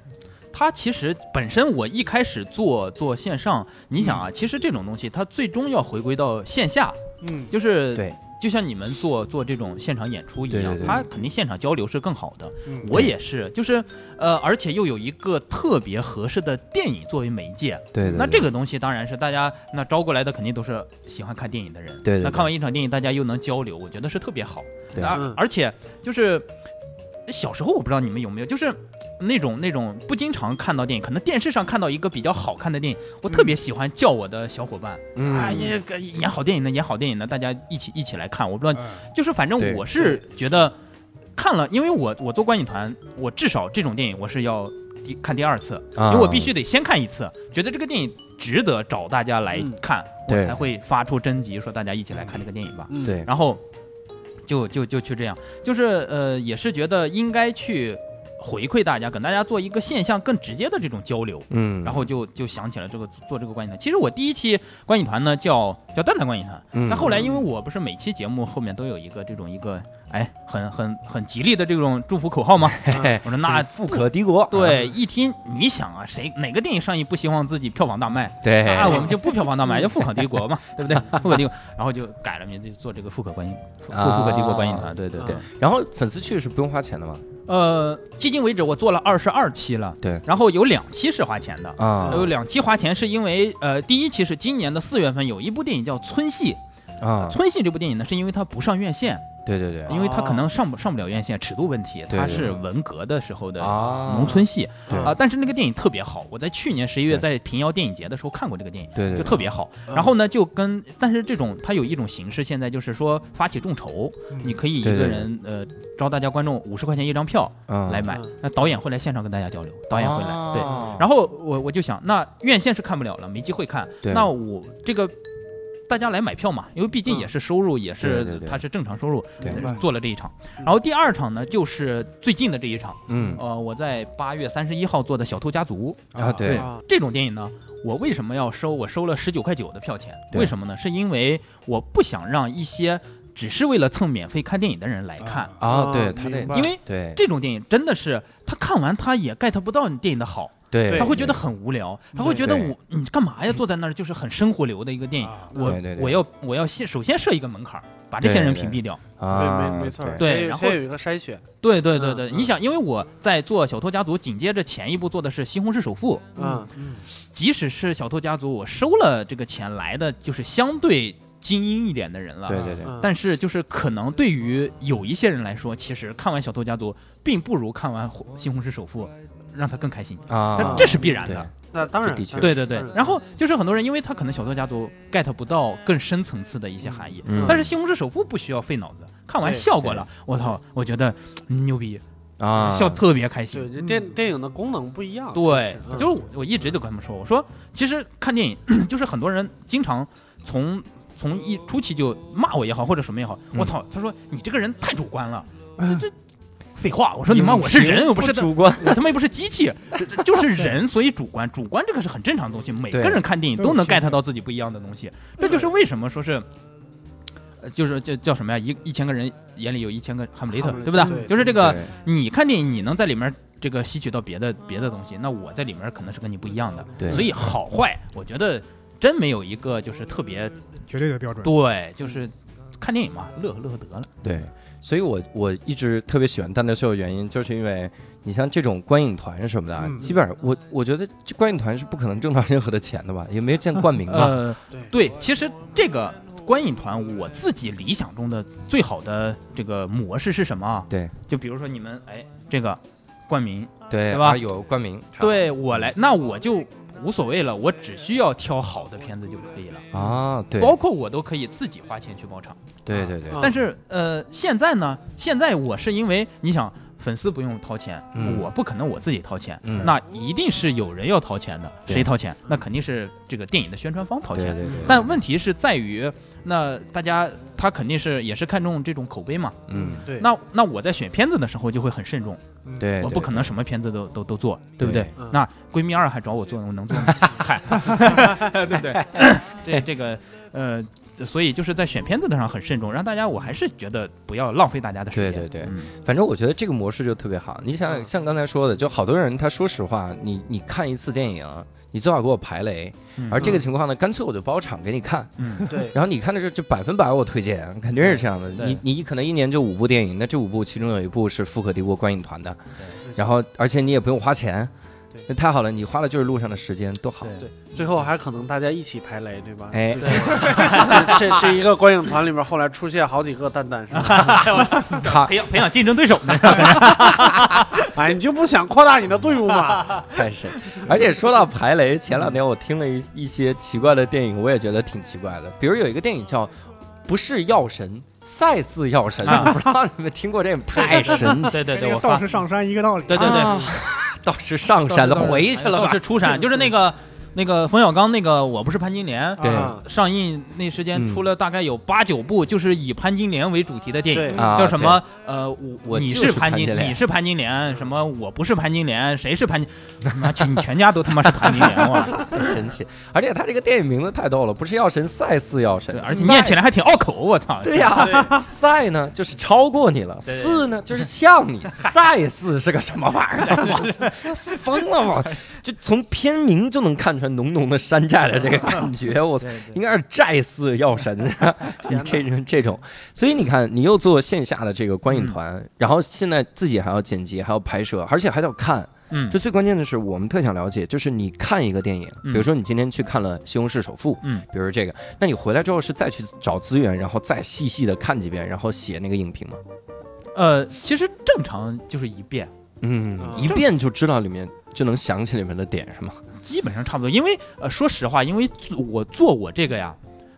Speaker 4: 它其实本身我一开始做做线上，你想
Speaker 1: 嗯
Speaker 4: 啊，其实这种东西它最终要回归到线下，
Speaker 2: 嗯，
Speaker 4: 就是
Speaker 1: 对，
Speaker 4: 就像你们做做这种现场演出一
Speaker 1: 对
Speaker 4: 样
Speaker 1: 对，对
Speaker 4: 它肯定现场交流是更好的。
Speaker 2: 嗯
Speaker 4: 我也是，就是呃，而且又有一个特别合适的电影作为媒介。
Speaker 1: 对对。
Speaker 4: 那这
Speaker 1: 个
Speaker 4: 个东西当然是大家那招过来的，肯定都是喜欢看电影的人。
Speaker 1: 对对对
Speaker 4: 那看完一场电影，大家又能交流，我觉得是特别好。
Speaker 1: 对
Speaker 4: 而、
Speaker 3: 嗯
Speaker 4: 而且就是小时候，我不知道你们有没有，就是那种那种不经常看到电影，可能电视上看到一个比较好看的电影，我特别喜欢叫我的小伙伴，
Speaker 1: 嗯
Speaker 4: 啊，也演好电影的，演好电影的，大家一起一起来看。
Speaker 2: 嗯
Speaker 4: 我不知道，就是反
Speaker 1: 对
Speaker 4: 正我是觉得看了，因为我我做观影团，我至少这种电影我是要第看第二次，
Speaker 1: 啊
Speaker 4: 因为我必须得先看一次，觉得这个电影值得找大家来看，
Speaker 1: 对
Speaker 4: 我才会发出征集说大家一起来看这个电影吧。
Speaker 3: 嗯，
Speaker 1: 对
Speaker 4: 然后就就就去这样，就是呃，也是觉得应该去回馈大家，跟大家做一个现象更直接的这种交流。
Speaker 1: 嗯，
Speaker 4: 然后就就想起了这个做这个观影团。其实我第一期观影团呢叫叫蛋蛋观影团，
Speaker 1: 嗯
Speaker 4: 但后来因为我不是每期节目后面都有一个这种一个哎很很很吉利的这种祝福
Speaker 1: <laughs>
Speaker 4: 口号吗？
Speaker 1: 嘿
Speaker 4: 我说那
Speaker 1: 富可敌国，啊
Speaker 4: 对，一听你想啊，谁哪个电影上映不希望自己票房大卖？
Speaker 1: 对，
Speaker 4: 啊，我们就不票房
Speaker 1: <laughs>
Speaker 4: 大卖，就富可敌国嘛，对不对？富可敌国，然后就改了名字，就做这个富可观影，富
Speaker 1: 啊
Speaker 4: 富可敌国观影团，对对对。
Speaker 1: 然后粉丝去是不用花钱的嘛？
Speaker 4: 呃，迄今为止我做了二十二期了，
Speaker 1: 对
Speaker 4: 然后有两期是花钱的，
Speaker 1: 啊
Speaker 4: 有两期花钱是因为，呃，第一期是今年的四月份有一部电影叫《村戏》，
Speaker 1: 啊
Speaker 4: 《村戏》这部电影呢，是因为它不上院线，
Speaker 1: 对对对
Speaker 4: 因为它可能上不上不了院线，尺度问题，
Speaker 1: 啊对
Speaker 4: 它是文革的时候的
Speaker 1: 啊
Speaker 4: 农村戏
Speaker 1: 对
Speaker 4: 啊。但是那个电影特别好，我在去年十一月
Speaker 1: 对
Speaker 4: 在平遥电影节的时候看过这个电影。
Speaker 1: 对嗯对
Speaker 4: 就特别好，然后呢，就跟但是这种它有一种形式，现在就是说发起众筹，你
Speaker 2: 嗯
Speaker 4: 可以一个
Speaker 1: 对对对
Speaker 4: 人呃招大家观众五十块钱一张票来买
Speaker 3: 嗯，
Speaker 4: 那导演会来现场跟大家交流，导演会来对，
Speaker 1: 然
Speaker 4: 然后我我就想，那院线是看不了了，没机会看。
Speaker 1: 对
Speaker 4: 那我这个大家来买票嘛，因为毕竟也是收入，也
Speaker 1: 对对
Speaker 4: 是
Speaker 1: 对
Speaker 4: 它是正常收入，
Speaker 1: 对
Speaker 4: 呃做了这一场。然后第二场呢，就是最近的这一场，
Speaker 1: 嗯，
Speaker 4: 呃，我在八月三十一号做的《小偷家族》
Speaker 1: 啊对
Speaker 3: 啊
Speaker 4: 这种电影呢。我为什么要收？我收了十九块九的票钱，
Speaker 1: 对
Speaker 4: 为什么呢？是因为我不想让一些只是为了蹭免费看电影的人来看，
Speaker 1: 啊，对
Speaker 3: 啊
Speaker 1: 他那
Speaker 3: 明白
Speaker 4: 因为
Speaker 1: 对
Speaker 4: 这种电影真的是他看完他也 get 不到你电影的好，
Speaker 1: 对，
Speaker 3: 对
Speaker 4: 他会觉得很无聊，他会觉得
Speaker 1: 对
Speaker 4: 我你干嘛呀？坐在那儿就是很生活流的一个电影
Speaker 3: 嗯
Speaker 2: 啊，
Speaker 4: 我
Speaker 1: 对对对
Speaker 4: 我要我要先首先设一个门槛儿，把这些人屏蔽掉。
Speaker 1: 啊，
Speaker 3: 对，没没错儿，
Speaker 1: 对
Speaker 4: 对
Speaker 3: 先有
Speaker 4: 然后
Speaker 3: 先有一个筛选，
Speaker 4: 对对对
Speaker 3: 嗯
Speaker 4: 对，
Speaker 3: 嗯
Speaker 4: 你想，因为我在做《小偷家族》，紧接着前一部做的是《西红柿首富
Speaker 3: 嗯，》，
Speaker 4: 即使是《小偷家族》，我收了这个钱来的就是相对精英一点的人了，
Speaker 1: 对对对，
Speaker 3: 嗯
Speaker 4: 但是就是可能对于有一些人来说，其实看完《小偷家族》并不如看完《西红柿首富》让他更开心，
Speaker 1: 啊
Speaker 4: 但，这是必然
Speaker 1: 对
Speaker 4: 的。
Speaker 3: 那当然
Speaker 1: 这的确，
Speaker 3: 嗯
Speaker 4: 对对对
Speaker 3: 当，然
Speaker 4: 然后就是很多人，因为他可能《小偷家族》get 不到更深层次的一些含义，
Speaker 1: 嗯
Speaker 4: 但是《西红柿首富》不需要费脑子，看完
Speaker 3: 对
Speaker 4: 笑过了，我操，我觉得嗯牛逼，
Speaker 1: 啊，
Speaker 4: 笑特别开
Speaker 3: 对
Speaker 4: 心。
Speaker 3: 这电电影的功能不一样，
Speaker 4: 嗯对，
Speaker 3: 真是嗯
Speaker 4: 就是我我一直就跟他们说，我说其实看电影 <clears throat> 就是很多人经常从从一初期就骂我也好，或者什么也好，
Speaker 1: 嗯哎
Speaker 4: 我操，他说你这个人太主观了，这这废话，我说你妈我是人，我不是
Speaker 1: 主观，
Speaker 4: 我他妈又不是机器，这这就是人，所以主观，主观这个是很正常的东西，每个
Speaker 1: 对
Speaker 4: 人看电影
Speaker 2: 都
Speaker 4: 都能
Speaker 2: 是平
Speaker 4: get 到自己不一样的东西，这就是为什么说是，呃就是叫叫什么呀？一一千个人眼里有一千个哈姆雷特，
Speaker 3: 哈姆雷特
Speaker 4: 对不对？
Speaker 3: 对
Speaker 4: 就是
Speaker 1: 对
Speaker 4: 这个，你看电影，你能在里面这个吸取到别的别的东西，那我在里面可能是跟你不一样的，
Speaker 1: 对
Speaker 4: 所以好坏，我觉得真没有一个就是特别
Speaker 2: 嗯绝对的标准。
Speaker 4: 对，就是看电影嘛，乐呵乐呵得了，
Speaker 1: 对，所以我我一直特别喜欢蛋蛋秀的原因，就是因为你像这种观影团什么的啊，
Speaker 2: 嗯
Speaker 1: 基本上我我觉得这观影团是不可能挣到任何的钱的吧，也没有见冠名吧，
Speaker 4: 呃。
Speaker 3: 对
Speaker 4: 对，其实这个观影团，我自己理想中的最好的这个模式是什么啊？
Speaker 1: 对，
Speaker 4: 就比如说你们哎，这个冠名，
Speaker 1: 对
Speaker 4: 对吧
Speaker 1: 啊有冠名，
Speaker 4: 对我来，那我就无所谓了，我只需要挑好的片子就可以了。
Speaker 1: 啊，对，
Speaker 4: 包括我都可以自己花钱去包场，
Speaker 1: 对对对，
Speaker 3: 啊
Speaker 4: 但是呃，现在呢，现在我是因为你想粉丝不用掏钱，
Speaker 1: 嗯
Speaker 4: 我不可能我自己掏钱，
Speaker 1: 嗯
Speaker 4: 那一定是有人要掏钱的，
Speaker 1: 对
Speaker 4: 谁掏钱？那肯定是这个电影的宣传方掏
Speaker 1: 对
Speaker 4: 钱
Speaker 1: 对，对，
Speaker 4: 但问题是在于，那大家他肯定是也是看重这种口碑嘛。
Speaker 1: 嗯，
Speaker 3: 对
Speaker 4: 那那我在选片子的时候就会很慎重，
Speaker 2: 嗯
Speaker 1: 对，
Speaker 4: 嗯我
Speaker 1: 对
Speaker 4: 不可能什么片子都都都做，对不对
Speaker 1: 对？
Speaker 3: 嗯
Speaker 4: 那闺蜜二还找我做，我能做吗？嗨，对不对？这这个呃，所以就是在选片子的上很慎重，让大家我还是觉得不要浪费大家的时间。
Speaker 1: 对对对
Speaker 4: 嗯
Speaker 1: 反正我觉得这个模式就特别好。你想想，像刚才说的，就好多人他说实话，你你看一次电影，你最好给我排雷，
Speaker 4: 嗯
Speaker 1: 而这个情况呢，干脆我就包场给你看。
Speaker 4: 嗯，
Speaker 3: 对
Speaker 1: 然后你看的是就百分百我推荐，肯定是这样的。
Speaker 4: 对
Speaker 1: 你你可能一年就五部电影，那这五部其中有一部是《富可敌国》观影团的，然后而且你也不用花钱
Speaker 3: 对，
Speaker 1: 那太好了，你花的就是路上的时间，多好。
Speaker 3: 对，最后还可能大家一起排雷，对 <laughs> 吧？
Speaker 1: 哎
Speaker 3: 这这这这一个观影团里面，后来出现好几个蛋蛋，是吧？
Speaker 1: 他
Speaker 4: 培养培养竞争对手呢。
Speaker 3: 哎，你就不想扩大你的队伍吗？
Speaker 1: 太神！而且说到排雷，前两天我听了一一些奇怪的电影，我也觉得挺奇怪的。比如有一个电影叫《不是药神》，赛似药神，
Speaker 4: 啊
Speaker 1: 不知道你们听过这个？ <laughs> 太神奇！
Speaker 4: <laughs> 对对
Speaker 2: 跟
Speaker 4: 对，
Speaker 2: 那
Speaker 4: 我
Speaker 2: 个
Speaker 4: 发
Speaker 2: 道，士上山一个道理。
Speaker 4: 对对对，
Speaker 1: 啊，道士上山了，
Speaker 2: 道士
Speaker 1: 回去了
Speaker 4: 倒
Speaker 1: 吧
Speaker 4: 是？出山，就是那个那个冯小刚那个我不是潘金莲，
Speaker 1: 对
Speaker 3: 啊
Speaker 4: 上映那时
Speaker 1: 嗯
Speaker 4: 间出了大概有八九部，就是以潘金莲为主题的电
Speaker 3: 对
Speaker 4: 影，
Speaker 1: 啊，
Speaker 4: 叫什么？呃，
Speaker 1: 我
Speaker 4: 你
Speaker 1: 就是
Speaker 4: 潘
Speaker 1: 潘金莲
Speaker 4: 你是潘金莲，什么我不是潘金莲，谁是潘金？妈，全
Speaker 1: <laughs>
Speaker 4: 全家都他妈是潘金莲哇！
Speaker 1: 对？太神奇！而且他这个电影名字太逗了，不是药神，赛似药神
Speaker 4: 对，，而且念起
Speaker 1: 来。
Speaker 4: 来还挺拗口，我 <laughs> 操！
Speaker 1: 对呀，赛呢就是超过你了，
Speaker 4: 对对
Speaker 1: 似呢就是像你，赛似是个什么玩意儿？疯了吗？就从片名就能看出来浓浓的山寨的这个感觉，我操，
Speaker 4: 对
Speaker 1: 应
Speaker 4: 对
Speaker 1: 该是寨似药神，啊
Speaker 3: 天哪
Speaker 1: 这种这种。所以你看，你又做线下的这个观影团，然后现在自己还要剪辑，还要拍摄，而且还得看。
Speaker 4: 嗯
Speaker 1: 这最关键的是，我们特想了解，就是你看一个电影，比
Speaker 4: 嗯
Speaker 1: 如说你今天去看了《西红柿首富》，
Speaker 4: 嗯，
Speaker 1: 比如这个，那你回来之后是再去找资源，然后再细细的看几遍，然后写那个影评吗？
Speaker 4: 呃，其实正常就是一遍，
Speaker 1: 嗯，
Speaker 3: 啊
Speaker 1: 一遍就知道里面就能想起里面的点是吗？
Speaker 4: 基本上差不多。因为呃，说实话，因为做我做我这个呀，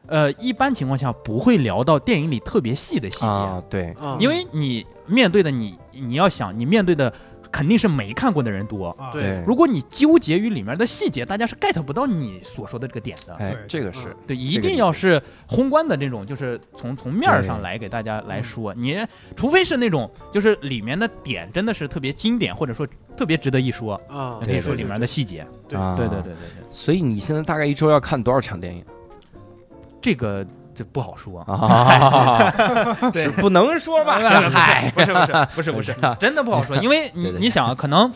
Speaker 4: 呃，一般情况下不会聊到电影里特别细的细节。
Speaker 1: 啊，对，
Speaker 3: 啊
Speaker 4: 因为你面对的你，你要想你面对的肯定是没看过的人多。
Speaker 2: 啊，
Speaker 3: 对
Speaker 1: 对，
Speaker 4: 如果你纠结于里面的细节，大家是 get 不到你所说的这个点的。
Speaker 1: 哎，
Speaker 2: 对
Speaker 1: 这个是
Speaker 4: 对，一
Speaker 1: 这个
Speaker 4: 定
Speaker 1: 理
Speaker 4: 要
Speaker 1: 解
Speaker 4: 是宏观的这种，就是从从面儿上
Speaker 1: 对嗯
Speaker 4: 来给大家来说。你除非是那种，就是里面的点真的是特别经典，或者说特别值得一说，
Speaker 3: 啊
Speaker 4: 那
Speaker 1: 嗯对
Speaker 4: 可以说里面的细节。
Speaker 3: 对
Speaker 1: 啊
Speaker 4: 对对对对对，
Speaker 1: 所以你现在大概一周要看多少场电影
Speaker 4: 这个这不好说。 <laughs>
Speaker 1: 啊？ <laughs>
Speaker 4: 对哎
Speaker 1: 是不能说
Speaker 4: <laughs>
Speaker 1: 吧？嗨，
Speaker 4: 不是不是不是不
Speaker 1: <laughs>
Speaker 4: 是不是，真的不好说，因为你
Speaker 1: 对对
Speaker 4: 你想啊，可能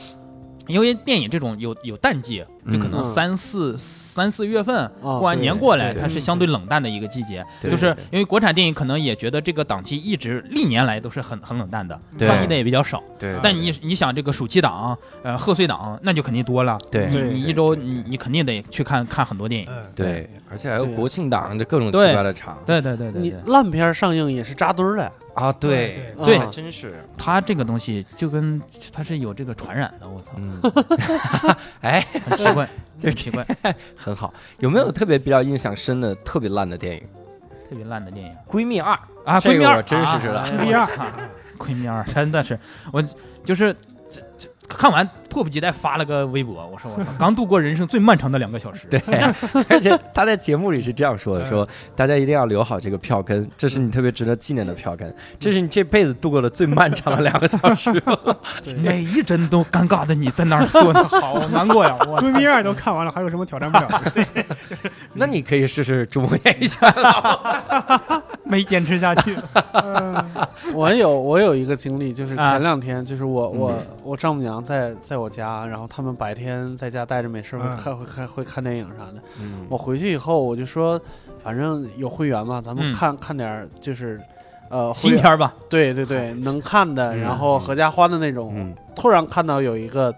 Speaker 4: 因为电影这种有有淡季，就可能
Speaker 3: 嗯
Speaker 4: 三四三四月份
Speaker 3: 哦
Speaker 4: 过完
Speaker 1: 对
Speaker 4: 年过来，
Speaker 1: 对
Speaker 4: 它是相对冷淡的一个季节，
Speaker 1: 对
Speaker 4: 就是
Speaker 1: 对对
Speaker 4: 因为国产电影可能也觉得这个档期一直历年来都是很很冷淡的，
Speaker 1: 对
Speaker 4: 放映的也比较少。
Speaker 1: 对，
Speaker 4: 但你你想这个暑期档，呃，贺岁档那就肯定多了，
Speaker 1: 对
Speaker 4: 你
Speaker 3: 对
Speaker 4: 你一周你你肯定得去看看很多电影。
Speaker 2: 嗯，
Speaker 1: 对，而且还有
Speaker 3: 对
Speaker 1: 国庆档这各种奇
Speaker 4: 对
Speaker 1: 怪的场
Speaker 4: 对对对对
Speaker 3: 你
Speaker 4: 对，
Speaker 3: 烂片儿上映也是扎堆儿的，
Speaker 1: 啊，
Speaker 2: 对
Speaker 1: 对，
Speaker 4: <laughs> 对
Speaker 1: 还
Speaker 3: 啊
Speaker 1: 真是，
Speaker 4: 它这个东西就跟它是有这个传染的，我操， <laughs>
Speaker 1: 嗯， <laughs> 哎，
Speaker 4: 很奇怪，
Speaker 1: 这
Speaker 4: 很奇怪。
Speaker 1: 很好。有没有特别比较印象深的、特别烂的电影？
Speaker 4: 特别烂的电影
Speaker 1: 《闺蜜二》
Speaker 4: 啊，
Speaker 1: 这
Speaker 4: 闺
Speaker 1: 个
Speaker 4: 蜜二
Speaker 1: 我真是知道
Speaker 4: <laughs> 啊
Speaker 2: 闺蜜二
Speaker 4: 我操闺蜜二真的是我就是这这看完迫不及待发了个微博，我说我操，刚度过人生最漫长的两个小时，
Speaker 1: <laughs> 对，而且他在节目里是这样说的：说大家一定要留好这个票根，这是你特别值得纪念的票根，这是你这辈子度过的最漫长的两个小 <laughs> 时。
Speaker 4: 每一帧都尴尬的你在那儿坐着，好难过呀，我
Speaker 2: 闺蜜二都看完了，还有什么挑战不了
Speaker 3: <laughs>
Speaker 2: 的？
Speaker 1: 那你可以试试主播演艺圈了。
Speaker 4: <laughs> 没坚持下去。
Speaker 2: 嗯
Speaker 3: 我有我有一个经历，就是
Speaker 4: 啊嗯
Speaker 3: 前两天，就是我、我我丈母娘在在我家，然后他们白天在家待着没事儿会
Speaker 2: 嗯
Speaker 3: 看、会看会看电影啥的。
Speaker 1: 嗯
Speaker 3: 我回去以后我就说，反正有会员嘛，咱们
Speaker 4: 嗯
Speaker 3: 看、看点儿就是，呃，会
Speaker 4: 新
Speaker 3: 员
Speaker 4: 片儿吧，
Speaker 3: 对对对，能看的，
Speaker 1: 嗯
Speaker 3: 然后合家欢的那种。
Speaker 1: 嗯，
Speaker 3: 突然看到有一个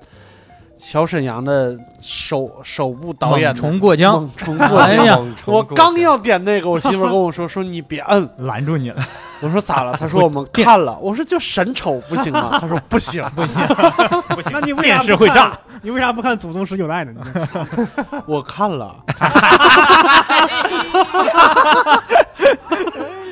Speaker 3: 小沈阳的首首部导演
Speaker 4: 猛
Speaker 3: 的
Speaker 4: 冲过
Speaker 3: 《
Speaker 4: 江
Speaker 3: 猛冲过江
Speaker 4: 哎》呀
Speaker 1: 猛冲
Speaker 3: 我
Speaker 1: 过
Speaker 3: 刚
Speaker 1: 去
Speaker 3: 要点那个，我媳妇儿跟我说说你别摁。
Speaker 4: 拦住你了，
Speaker 3: 我说咋了？他说我们看了。我说就神丑不行吗？他说不行。
Speaker 4: 不行，
Speaker 2: 那你为啥
Speaker 4: 电
Speaker 2: 不
Speaker 4: 视会
Speaker 2: 看
Speaker 4: 炸。
Speaker 2: 你为啥不看《祖宗十九代》呢？
Speaker 4: <laughs>
Speaker 2: 你
Speaker 3: 我看了，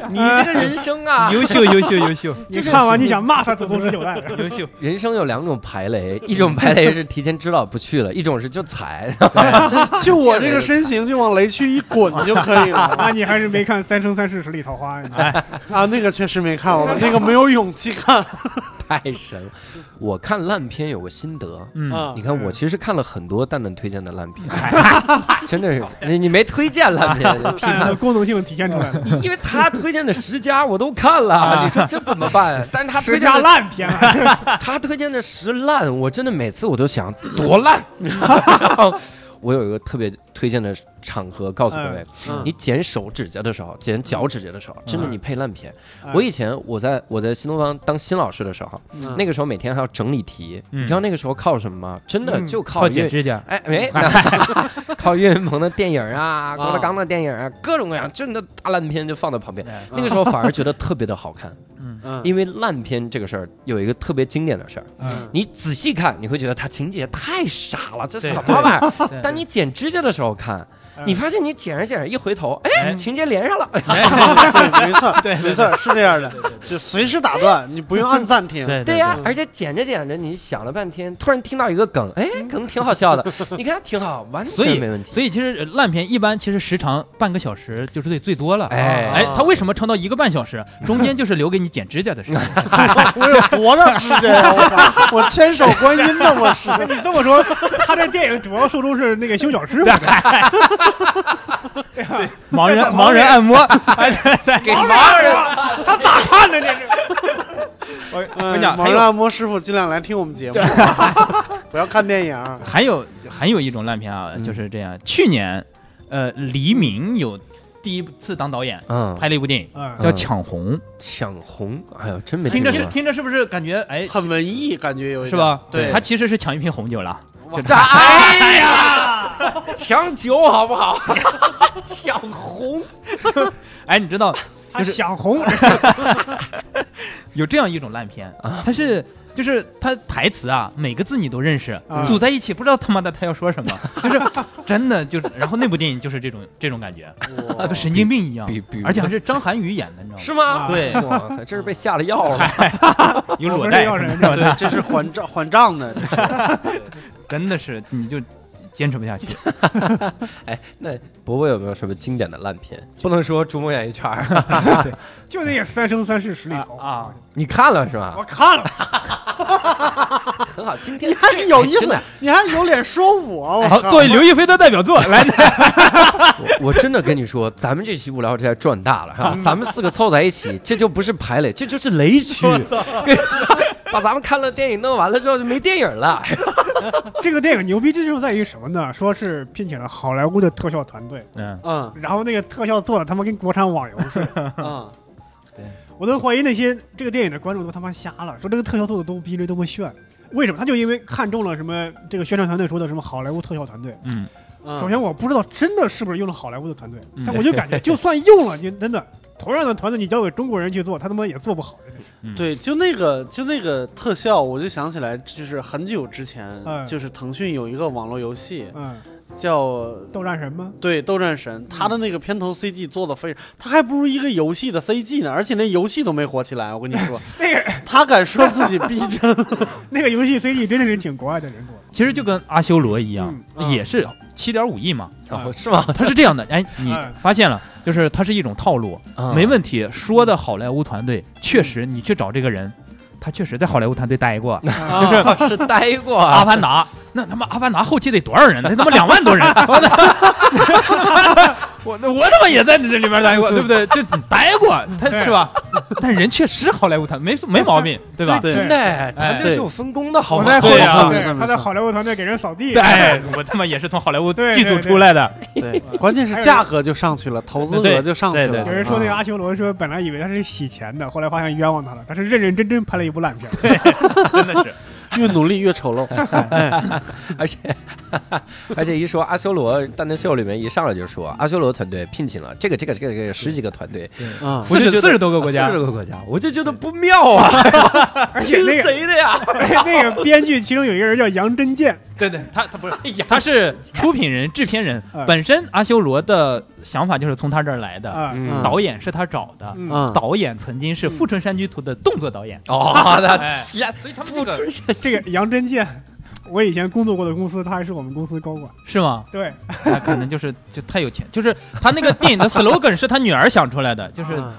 Speaker 1: 你这个人生啊，
Speaker 4: 优秀优秀优秀
Speaker 2: 你看完你想骂他《祖宗十九代》
Speaker 4: 优秀，
Speaker 1: 人生有两种排雷，一种排雷是提前知道不去了，一种是就踩。 <laughs>
Speaker 3: 就我这个身形就往雷区一滚就可
Speaker 2: <laughs>
Speaker 3: 以了
Speaker 2: 那你还是没看《三生三世十里桃
Speaker 4: <laughs>
Speaker 2: 花》你
Speaker 4: 哎
Speaker 3: 啊！那个确实没看，我那个没有勇气看。
Speaker 1: 太神了！我看烂片有个心得，
Speaker 4: 嗯，
Speaker 3: 啊
Speaker 1: 你看我其实看了很多蛋蛋推荐的烂片，真的是你你没推荐烂片，批
Speaker 2: 看，
Speaker 1: 判
Speaker 2: 的功能性体现出来了。
Speaker 4: <laughs>
Speaker 1: 因为他推荐的十佳我都看了，你说这怎么办？啊但是他推
Speaker 2: 十
Speaker 1: 荐
Speaker 2: 佳
Speaker 1: 的
Speaker 2: 烂片啊，
Speaker 1: 他推荐的十烂，我真的每次我都想多烂。然后我有一个特别推荐的场合，告诉各位，
Speaker 3: 嗯
Speaker 1: 你剪手指甲的时候，剪脚指甲的时候，真的你配烂片。
Speaker 2: 嗯
Speaker 1: 我以前我在我在新东方当新老师的时候，
Speaker 3: 嗯
Speaker 1: 那个时候每天还要整理题，
Speaker 4: 嗯
Speaker 1: 你知道那个时候靠什么吗？真的
Speaker 2: 嗯
Speaker 1: 就靠
Speaker 4: 靠
Speaker 1: 岳
Speaker 4: 剪指甲，
Speaker 1: 哎， <laughs> 没，靠岳云鹏的电影啊，郭德纲的电影啊，各种各样，真的大烂片就放在旁边。
Speaker 4: 哎
Speaker 1: 那个时候反而觉得特别的好 <laughs> 看，
Speaker 3: 嗯
Speaker 1: 因为烂片这个事儿有一个特别经典的事儿，
Speaker 3: 嗯
Speaker 1: 你仔细看你会觉得它情节太傻了，这
Speaker 4: 对
Speaker 1: 什么玩意儿？ <laughs>
Speaker 4: 对
Speaker 1: 当你剪指甲的时候看，
Speaker 2: 嗯
Speaker 1: 你发现你剪着剪着一回头，哎，
Speaker 4: 哎
Speaker 1: 情节连上了，哎
Speaker 3: 对，没错， <laughs>
Speaker 4: 对对
Speaker 3: 没错，是这样的，就随时打断，你不用按暂停。
Speaker 1: <laughs>
Speaker 4: 对
Speaker 1: 对呀、
Speaker 3: 对
Speaker 1: 而且剪着剪着你想了半天，突然听到一个梗，哎，梗挺好笑的，你看挺好，完
Speaker 4: 所以
Speaker 1: 全没问题。
Speaker 4: 所以其实呃烂片一般其实时长半个小时就是最最多了。
Speaker 1: 哎
Speaker 4: 哎，它为什么撑到一个半小时？中间就是留给你剪指甲的时间。
Speaker 3: 我有多少指甲呀？我我千手观音呢，我是。
Speaker 4: 嗯
Speaker 2: 那你这么说，他这电影主要受众是那个修脚师傅，
Speaker 4: 盲人
Speaker 2: 在旁边
Speaker 4: 盲人按摩，
Speaker 1: 给盲人
Speaker 2: 他咋看的这是？
Speaker 4: 我
Speaker 3: 嗯
Speaker 4: 跟你讲，
Speaker 3: 网
Speaker 4: 还
Speaker 3: 上
Speaker 4: 有
Speaker 3: 按摩师傅尽量来听我们节目，不要看电影。啊
Speaker 4: 还有还有一种烂片啊，
Speaker 1: 嗯
Speaker 4: 就是这样。去年，呃，黎明有第一次当导演，
Speaker 1: 嗯，
Speaker 4: 拍了一部电影
Speaker 2: 嗯
Speaker 4: 叫《抢红
Speaker 1: 抢红，哎呦，真没
Speaker 4: 听
Speaker 1: 过
Speaker 4: 着是听着是不是感觉哎
Speaker 3: 很文艺，感觉有一
Speaker 4: 是
Speaker 3: 点
Speaker 4: 吧？
Speaker 3: 对
Speaker 4: 他其实是抢一瓶红酒了。
Speaker 1: 这哎呀，抢酒好不好？抢红，
Speaker 4: 哎，你知道
Speaker 2: 他想红，
Speaker 1: 啊
Speaker 4: 有这样一种烂片，它是。就是他台词啊，每个字你都认识
Speaker 2: 啊，
Speaker 4: 组在一起不知道他妈的他要说
Speaker 1: <laughs>
Speaker 4: 什么，就是真的就是，然后那部电影就是这种这种感觉，啊跟神经病一样
Speaker 1: 哦比比，
Speaker 4: 而且还是张涵予演的，你知道吗？
Speaker 1: 是吗？
Speaker 2: 啊
Speaker 4: 对
Speaker 1: 哇塞，这是被下了药了。
Speaker 4: 有
Speaker 2: 我
Speaker 4: 裸
Speaker 2: 不是
Speaker 4: 贷
Speaker 1: 哦
Speaker 2: 要
Speaker 4: 什么
Speaker 2: 人
Speaker 4: 的，
Speaker 3: 对，这是还账还账的，这是
Speaker 4: 真的是你就坚持不
Speaker 1: <laughs>
Speaker 4: 下去。
Speaker 1: 哎那伯伯有没有什么经典的烂片？不能说《逐梦演艺圈》，
Speaker 2: 就那个《三生三世十
Speaker 1: 哎
Speaker 2: 里桃花
Speaker 4: 啊》，
Speaker 1: 你看了是吧？
Speaker 2: 我看了，
Speaker 1: 很好，今天哎
Speaker 3: 你还有意
Speaker 1: 真
Speaker 3: 思
Speaker 1: 的，，
Speaker 3: 你还有脸说我？
Speaker 1: 哦
Speaker 3: 我
Speaker 4: 好，
Speaker 3: 靠
Speaker 4: 作为刘亦菲的代
Speaker 1: <laughs>
Speaker 4: 表作，来，
Speaker 1: 我我真的跟你说，咱们这期无聊斋赚大了哈！咱们四个凑在一起，这就不是排雷，这就是雷
Speaker 4: <laughs>
Speaker 1: 区。跟把咱们看了电影弄完了之后就没电影了。
Speaker 2: 这个电影牛逼之处在于什么呢？说是聘请了好莱坞的特效团队，
Speaker 4: 嗯，
Speaker 3: 嗯
Speaker 2: 然后那个特效做的他妈跟国产网游似的，
Speaker 3: 嗯，
Speaker 2: 我都怀疑那些这个电影的观众都他妈瞎了，说这个特效做的多逼真，多么炫。为什么？他就因为看中了什么这个宣传团队说的什么好莱坞特效团队。
Speaker 4: 嗯，
Speaker 3: 嗯
Speaker 2: 首先，我不知道真的是不是用了好莱坞的团队，
Speaker 4: 嗯
Speaker 2: 但我就感
Speaker 4: <laughs>
Speaker 2: 觉，就算用了，你真的同样的团队，你交给中国人去做，他他妈也做不好，真的是。
Speaker 3: 对，就那个就那个特效，我就想起来，就是很久之前，
Speaker 2: 嗯
Speaker 3: 就是腾讯有一个网络游戏
Speaker 2: 嗯，
Speaker 3: 叫
Speaker 2: 斗战神吗？
Speaker 3: 对《斗战神》，它
Speaker 4: 嗯
Speaker 3: 的那个片头 CG 做的非常，它还不如一个游戏的 CG 呢，而且那游戏都没火起来。我跟你
Speaker 4: <laughs>
Speaker 3: 说，
Speaker 2: 那
Speaker 3: 个他敢说自己逼真，
Speaker 2: 那个游戏 CG 真的是请国外的人做的。
Speaker 4: 其实就跟阿修罗一样，
Speaker 3: 嗯
Speaker 4: 也是七点五亿嘛，
Speaker 1: 哦是吗？
Speaker 4: 它是这样的，哎，你
Speaker 2: 哎
Speaker 4: 发现了，就是它是一种套路，没问题。说的好莱坞团队，确实你去找这个人，他确实在好莱坞团队待 <laughs> 过，
Speaker 3: 啊
Speaker 1: 题，是待过
Speaker 4: 《阿
Speaker 1: 啊。
Speaker 4: 凡达》那他妈《阿凡达》后期得多少人呢？他妈两万多人， <laughs> 我我我他妈也在这里面待 <laughs> 过，对不对？就待过，他
Speaker 2: 对
Speaker 4: 是吧？但人确实好莱坞团没没毛病，对吧？
Speaker 3: 对
Speaker 1: 真的，团队是有分工的，好
Speaker 2: 我
Speaker 1: 吗？啊
Speaker 2: 在后
Speaker 3: 对
Speaker 2: 台
Speaker 3: 呀没错
Speaker 2: 哦对啊
Speaker 3: 没
Speaker 2: 他在
Speaker 3: 错
Speaker 2: 好莱坞团队给人扫地。
Speaker 4: 哎，我他妈也是从好莱坞
Speaker 2: 对
Speaker 4: 剧组出来的， <laughs>
Speaker 3: 对，关键是价格就上去了，投资额就上去
Speaker 4: 对
Speaker 3: 了。
Speaker 2: 有
Speaker 4: 对
Speaker 2: 人说那个
Speaker 3: 啊
Speaker 2: 阿修罗说本来以为他是洗钱的，后来发现冤枉他了，他是认认真真拍了一部烂片儿。
Speaker 4: 真的是。
Speaker 3: 越努力
Speaker 2: <laughs>
Speaker 3: 越丑陋，哎，
Speaker 1: <laughs> 而且而且一说阿修罗《蛋蛋秀》里面一上来就说阿修罗团队聘请了这个这个这个这个十几个团队，
Speaker 3: 嗯，
Speaker 4: 不是
Speaker 1: 我就觉得
Speaker 4: 40多个国家
Speaker 1: 四十多个国家，我就觉得不妙啊！
Speaker 2: 而且
Speaker 1: 听
Speaker 2: <laughs> 那个
Speaker 1: 谁的呀？
Speaker 2: 那个编剧其中有一个人叫杨真健，
Speaker 4: <laughs> 对对，他他不是，哎他是出品人、制片人
Speaker 2: 哎。
Speaker 4: 本身阿修罗的想法就是从他这儿来的，
Speaker 2: 啊，
Speaker 1: 嗯
Speaker 4: 导演是他找的，
Speaker 2: 嗯
Speaker 3: 嗯，
Speaker 4: 导演曾经是《富春山居图》的动作导演。
Speaker 1: <laughs> 哦，那
Speaker 4: 哎，
Speaker 1: <laughs> 呀，
Speaker 4: 所以他们
Speaker 1: 付
Speaker 4: 这
Speaker 1: 出
Speaker 4: 个
Speaker 2: 这个杨真健，我以前工作过的公司，他还是我们公司高管。
Speaker 4: 是吗？ <laughs>
Speaker 2: 对，
Speaker 4: 他可能就是就太有钱，就是他那个电影的 slogan 是他女儿想出来的，就是
Speaker 3: 嗯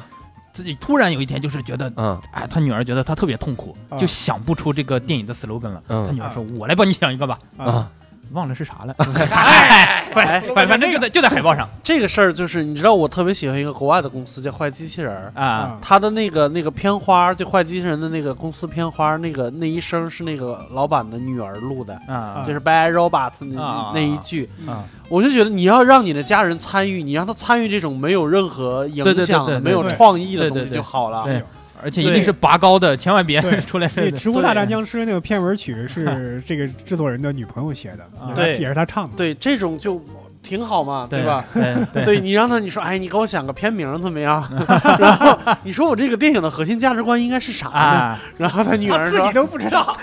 Speaker 4: 自己突然有一天就是觉得，
Speaker 1: 嗯
Speaker 4: 哎，他女儿觉得他特别痛苦，
Speaker 2: 啊
Speaker 4: 就想不出这个电影的 slogan 了。他
Speaker 1: 嗯
Speaker 4: 女儿说：“我来帮你想一个吧。 <laughs>
Speaker 1: <laughs>
Speaker 2: 啊，”
Speaker 4: 忘了是啥了， <laughs> 哎，
Speaker 3: 哎
Speaker 4: 反反正就在就在海报上
Speaker 3: 这个事儿就是，你知道我特别喜欢一个国外的公司叫坏机器人儿，
Speaker 4: 啊
Speaker 2: 啊，
Speaker 3: 它的那个那个片花，就坏机器人的那个公司片花，那个那一声是那个老板的女儿录的，
Speaker 4: 啊
Speaker 3: 就是 By Robot 那、
Speaker 4: 啊
Speaker 3: 那一句，
Speaker 4: 啊！
Speaker 3: 我就觉得你要让你的家人参与，你让他参与这种没有任何影响、
Speaker 4: 对对对对对
Speaker 3: 没有创意的
Speaker 4: 对对
Speaker 3: 东西
Speaker 4: 对
Speaker 3: 就好了。
Speaker 4: 对，而且一定是拔高的，千万别 <laughs>
Speaker 2: 对
Speaker 4: 出来
Speaker 2: 那
Speaker 4: 是
Speaker 2: 《植物大战僵尸》那个片尾曲是这个制作人的女朋友写的也
Speaker 4: 啊，
Speaker 2: 是
Speaker 3: 对
Speaker 2: 他也是他唱的。
Speaker 3: 对这种就挺好嘛，
Speaker 4: 对
Speaker 3: 吧？？
Speaker 4: 对
Speaker 3: <laughs> 对你让他你说，哎，你给我想个片名怎么
Speaker 4: <laughs>
Speaker 3: 样？然后你说我这个电影的核心价值观应该是啥呢？
Speaker 4: 啊，
Speaker 3: 然后他女
Speaker 2: 他
Speaker 3: 儿
Speaker 2: 自己
Speaker 3: 说，
Speaker 2: 都不知道，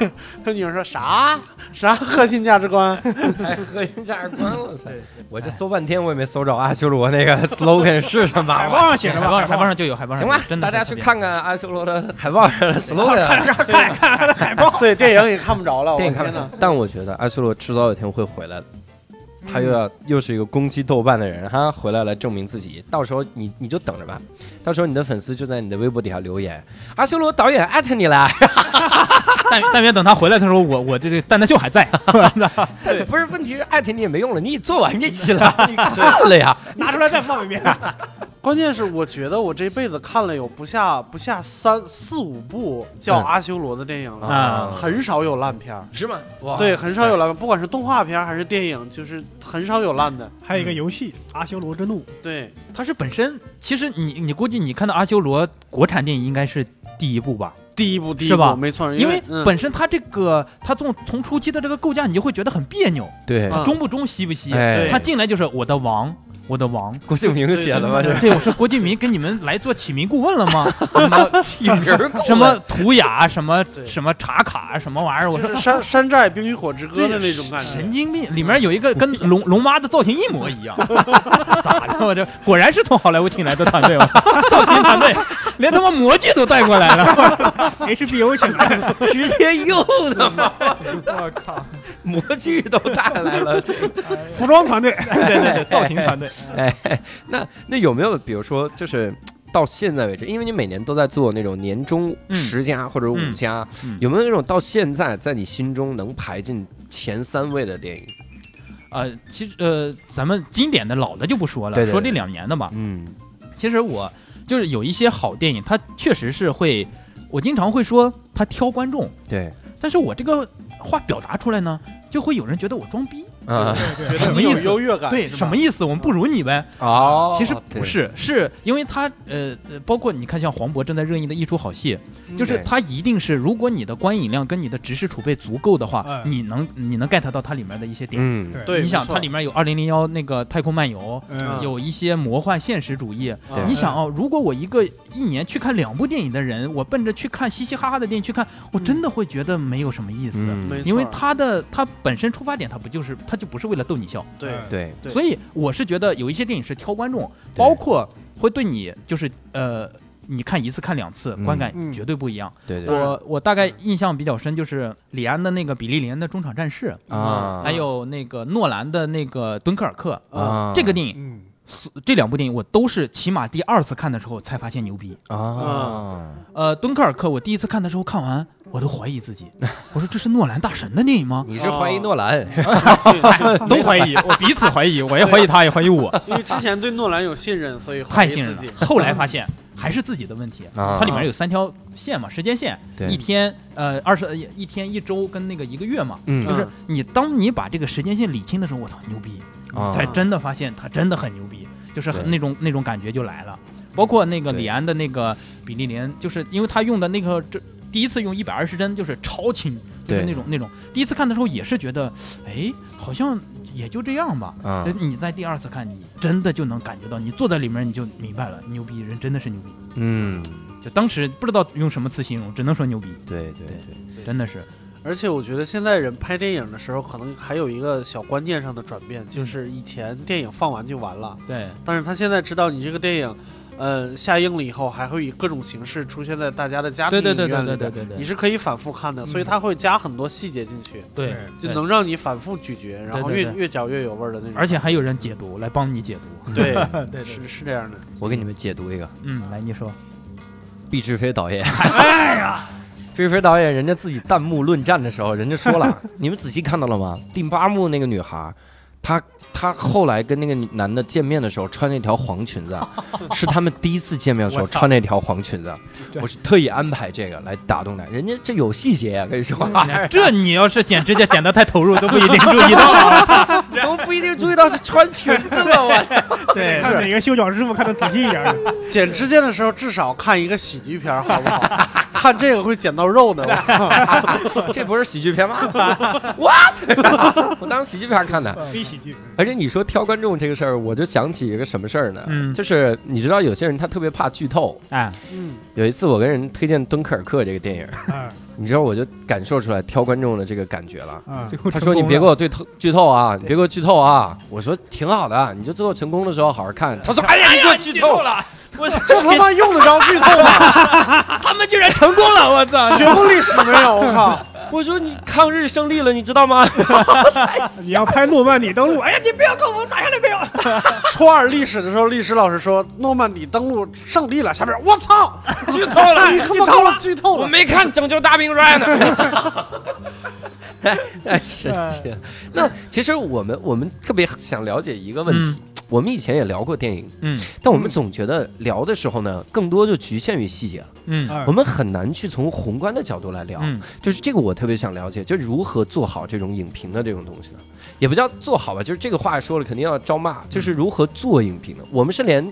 Speaker 3: 他女儿说啥啥核心价值观？
Speaker 1: 还合一下关了才。我这搜半天，我也没搜着阿修罗那个 slogan 是什么。
Speaker 2: 海报上写
Speaker 4: 海
Speaker 2: 着
Speaker 4: 报
Speaker 2: 吧？
Speaker 4: 上海报上就有，海报上
Speaker 1: 行
Speaker 4: 有
Speaker 1: 吧，
Speaker 4: 真的
Speaker 1: 大家
Speaker 4: 是特
Speaker 1: 去
Speaker 4: 别
Speaker 1: 看看阿修罗的 <laughs> 海报上的 slogan。啊
Speaker 2: 看看他的海报，
Speaker 3: 对，电影也看不着了，我
Speaker 1: 电
Speaker 3: 的
Speaker 1: 影看
Speaker 3: 哦天
Speaker 1: 了
Speaker 3: 哪！，
Speaker 1: 但我觉得阿修罗迟早有一天会回来的。他又要又是一个攻击豆瓣的人，哈，回来了证明自己。到时候你你就等着吧，到时候你的粉丝就在你的微博底下留言，阿修罗导演艾特你了，
Speaker 4: 但但愿等他回来的时候，我我这这蛋蛋秀还在，
Speaker 1: 但 <laughs> 不是问题是艾特你也没用了，你已做完这期了，你看了呀，啊
Speaker 2: 拿出来再放一遍。
Speaker 3: 关键是我觉得我这辈子看了有不下不下三四五部叫
Speaker 1: 嗯
Speaker 3: 阿修罗的电影了，
Speaker 4: 啊
Speaker 3: 很少有烂片儿。
Speaker 1: 是吗？哇
Speaker 3: 对，很少有烂片，不管是动画片儿还是电影，就是很少有烂的。
Speaker 2: 还有一个游戏《阿修罗之 <laughs> 怒》，
Speaker 3: 对，
Speaker 4: 他是本身，其实你你估计你看到阿修罗国产电影应该是第一部吧，
Speaker 3: 第一部第一
Speaker 4: 是吧
Speaker 3: 部没错，
Speaker 4: 因为
Speaker 3: 嗯
Speaker 4: 本身他这个他从从初期的这个构架，你就会觉得很别扭，
Speaker 1: 对
Speaker 3: 啊
Speaker 4: 中不中西不西，
Speaker 1: 哎
Speaker 4: 他进来就是我的王，我的王。
Speaker 1: 郭敬明写的吗？这
Speaker 4: 对，我说郭敬明跟你们来做起名顾问了吗？
Speaker 1: 起名儿够
Speaker 4: 什么
Speaker 1: 了
Speaker 4: 图雅，什么
Speaker 3: 对
Speaker 4: 什么茶卡，什么玩意儿？我
Speaker 3: 就
Speaker 4: 说
Speaker 3: 是山山寨《冰与火之歌》的那种感觉
Speaker 4: 啊神。经病！里面有一个 <laughs> 跟龙龙妈的造型一模一样， <laughs> 咋的？我这果然是从好莱坞请来的团队哦， <laughs> 造型团队连他妈模具都带过来 <laughs> 了。
Speaker 2: HBO 请来的，
Speaker 1: 直接用的吗？
Speaker 2: 我靠，
Speaker 1: 模具都带来了，这个
Speaker 2: 服装团队，
Speaker 4: 对对对，造型团队。
Speaker 1: 哎，那那有没有比如说就是？到现在为止，因为你每年都在做那种年终
Speaker 4: 嗯
Speaker 1: 十佳或者五
Speaker 4: 嗯
Speaker 1: 佳，
Speaker 4: 嗯
Speaker 1: 有没有那种到现在在你心中能排进前三位的电影？
Speaker 4: <laughs> 呃，其实呃，咱们经典的老的就不说了，
Speaker 1: 对对对
Speaker 4: 说这两年的吧。
Speaker 1: 嗯
Speaker 4: 其实我就是有一些好电影，它确实是会，我经常会说它挑观众，，
Speaker 1: 对
Speaker 4: 但是我这个话表达出来呢，就会有人觉得我装逼。
Speaker 1: 啊，
Speaker 2: 对
Speaker 3: 觉
Speaker 4: 什
Speaker 3: 得
Speaker 4: 么
Speaker 3: 有
Speaker 4: 意思
Speaker 3: 优越感
Speaker 4: 对，
Speaker 3: 是吧
Speaker 4: 什么意思？我们不如你呗。
Speaker 1: 哦
Speaker 4: 其实不，是，是因为他呃，呃包括你看像黄渤正在热映的一出好戏，就是
Speaker 1: 对
Speaker 4: 他一定是，如果你的观影量跟你的知识储备足够的话
Speaker 2: 哎，
Speaker 4: 你能你能 get 到它里面的一些点。
Speaker 1: 嗯，
Speaker 2: 对
Speaker 3: 对，
Speaker 4: 你想，
Speaker 3: 没错
Speaker 4: 它里面有二零零幺那个太空漫游，
Speaker 2: 嗯，
Speaker 4: 有一些魔幻现实主义。
Speaker 1: 对
Speaker 4: 你想哦，如果我一个一年去看两部电影的人，我奔着去看嘻嘻哈哈的电影去看，我真的会觉得没有什么意思。
Speaker 1: 嗯，
Speaker 3: 没
Speaker 4: 因为
Speaker 3: 错
Speaker 4: 它的它本身出发点，它不就是它就不是为了逗你笑，
Speaker 3: 对
Speaker 1: 对，
Speaker 3: 对
Speaker 4: 所以我是觉得有一些电影是挑观众，
Speaker 1: 对
Speaker 4: 包括会对你就是呃，你看一次看两次，
Speaker 1: 嗯
Speaker 4: 观感
Speaker 2: 嗯
Speaker 4: 绝对不一样。
Speaker 1: 对对
Speaker 3: 当然
Speaker 4: 我我大概印象比较深就是李安的那个《比利林恩的中场战事》
Speaker 1: 啊，
Speaker 4: 还有那个诺兰的那个《敦刻尔克》
Speaker 3: 啊，
Speaker 1: 啊，
Speaker 4: 这个电影，
Speaker 2: 嗯，
Speaker 4: 这两部电影我都是起码第二次看的时候才发现牛逼。
Speaker 1: 啊，
Speaker 4: 呃，《敦刻尔克》我第一次看的时候看完我都怀疑自己，我说这是诺兰大神的电影吗？
Speaker 1: 你是怀疑诺兰？
Speaker 4: 啊
Speaker 3: 对对
Speaker 4: <laughs> 都怀疑，我彼此怀疑，我也怀疑他，也怀疑我。
Speaker 3: 因为之前对诺兰有信任，所以怀
Speaker 4: 太
Speaker 3: 疑
Speaker 4: 信任
Speaker 3: 自己
Speaker 4: 了。后来发现还是自己的问题。
Speaker 1: 啊
Speaker 4: 它里面有三条线嘛，时间线，
Speaker 1: <laughs> 对
Speaker 4: 一天呃二十一天一周跟那个一个月嘛。
Speaker 1: 嗯
Speaker 4: 就是你当你把这个时间线理清的时候，我操牛逼，
Speaker 1: 啊
Speaker 4: 才真的发现他真的很牛逼，就是很
Speaker 1: 对
Speaker 4: 那种那种感觉就来了。包括那个
Speaker 1: 对
Speaker 4: 李安的那个比利林，就是因为他用的那个这第一次用一百二十帧，就是超清，就是
Speaker 1: 对
Speaker 4: 那种那种。第一次看的时候也是觉得，哎，好像也就这样吧。
Speaker 1: 啊
Speaker 4: 呃，你在第二次看，你真的就能感觉到，你坐在里面你就明白了，牛逼，人真的是牛逼。
Speaker 1: 嗯，
Speaker 4: 就当时不知道用什么词形容，只能说牛逼，
Speaker 1: 对对对，
Speaker 4: 真的是。
Speaker 3: 而且我觉得现在人拍电影的时候，可能还有一个小观念上的转
Speaker 4: 嗯
Speaker 3: 变，就是以前电影放完就完了，
Speaker 4: 对，
Speaker 3: 但是他现在知道你这个电影，呃，下映了以后还会以各种形式出现在大家的家庭
Speaker 4: 对
Speaker 3: 影院
Speaker 4: 对
Speaker 3: 里边
Speaker 4: 对对对对对
Speaker 3: 你
Speaker 4: 对，
Speaker 3: 是可以反复看的，所以他会加很多细节进去，
Speaker 4: 对，
Speaker 3: 就能让你反复咀嚼，然后
Speaker 4: 对对
Speaker 3: 越
Speaker 4: 对
Speaker 3: 越嚼越有味儿的那种。
Speaker 4: 而且还有人解读来帮你解读。
Speaker 3: 对，
Speaker 4: <laughs> 对对
Speaker 3: 是是这样的。
Speaker 1: 我给你们解读一个
Speaker 4: 嗯，来你说，
Speaker 1: 毕志飞导演。哎呀，毕志飞导演人家自己弹幕论战的时候，人家说了，你们仔细看到了吗？第八幕那个女孩，她她后来跟那个男的见面的时候穿那条黄裙子，啊是他们第一次见面的时候
Speaker 4: 我操
Speaker 1: 穿那条黄裙子。啊
Speaker 2: 对
Speaker 1: 我是特意安排这个来打动他，人家这有细节啊，跟你说，
Speaker 4: 这你要是剪指甲剪得太投入，都不一定注意到。啊
Speaker 1: 都不一定注意到是穿裙子了，我
Speaker 4: 对
Speaker 2: 看哪个修脚师傅看的仔细一点儿，
Speaker 3: 剪指甲的时候，至少看一个喜剧片儿，好不好？ <laughs> 看这个会剪到肉的。
Speaker 4: <laughs>
Speaker 1: 这不是喜剧片吗？What？我当时喜剧片看的。
Speaker 2: 非喜剧，
Speaker 1: 而且你说挑观众这个事儿，我就想起一个什么事儿呢？
Speaker 4: 嗯
Speaker 1: 就是你知道有些人他特别怕剧透。
Speaker 4: 哎，
Speaker 3: 嗯，
Speaker 1: 有一次我跟人推荐《敦刻尔克》这个 <laughs> 电影，
Speaker 2: 啊
Speaker 1: 你知道我就感受出来挑观众的这个感觉了。
Speaker 2: 啊，
Speaker 1: 他说：“你别给我对透剧透啊！你别给我剧透啊！”我说：“挺好的，你就最后成功的时候好好看。”他说：“哎呀，你给我剧透了！
Speaker 3: <laughs> 这他妈用得着剧透吗？
Speaker 4: 他们居然成功了，我操！
Speaker 3: 学过历史没有？我靠！！”
Speaker 1: 我说：“你抗日胜利了，你知道吗
Speaker 2: 你要拍诺曼底登陆，哎呀，你不要跟我打下来没有？
Speaker 3: 初二历史的时候，历史老师说诺曼底登陆胜利了，下边我操，？”
Speaker 1: 剧透了，
Speaker 3: 你他妈给我剧透
Speaker 1: 我
Speaker 3: 了！
Speaker 1: 没看《拯救大兵瑞安》呢。 <laughs> 哎，是是。那其实我们我们特别想了解一个问题，我们以前也聊过电影，
Speaker 4: 嗯
Speaker 1: 但我们总觉得聊的时候呢，更多就局限于细节了，
Speaker 4: 嗯
Speaker 2: 啊
Speaker 1: 我们很难去从宏观的角度来聊。
Speaker 4: 嗯，
Speaker 1: 就是这个，我特别想了解，就如何做好这种影评的这种东西呢？也不叫做好吧，就是这个话说了肯定要招骂，
Speaker 4: 嗯
Speaker 1: 就是如何做影评呢？我们是连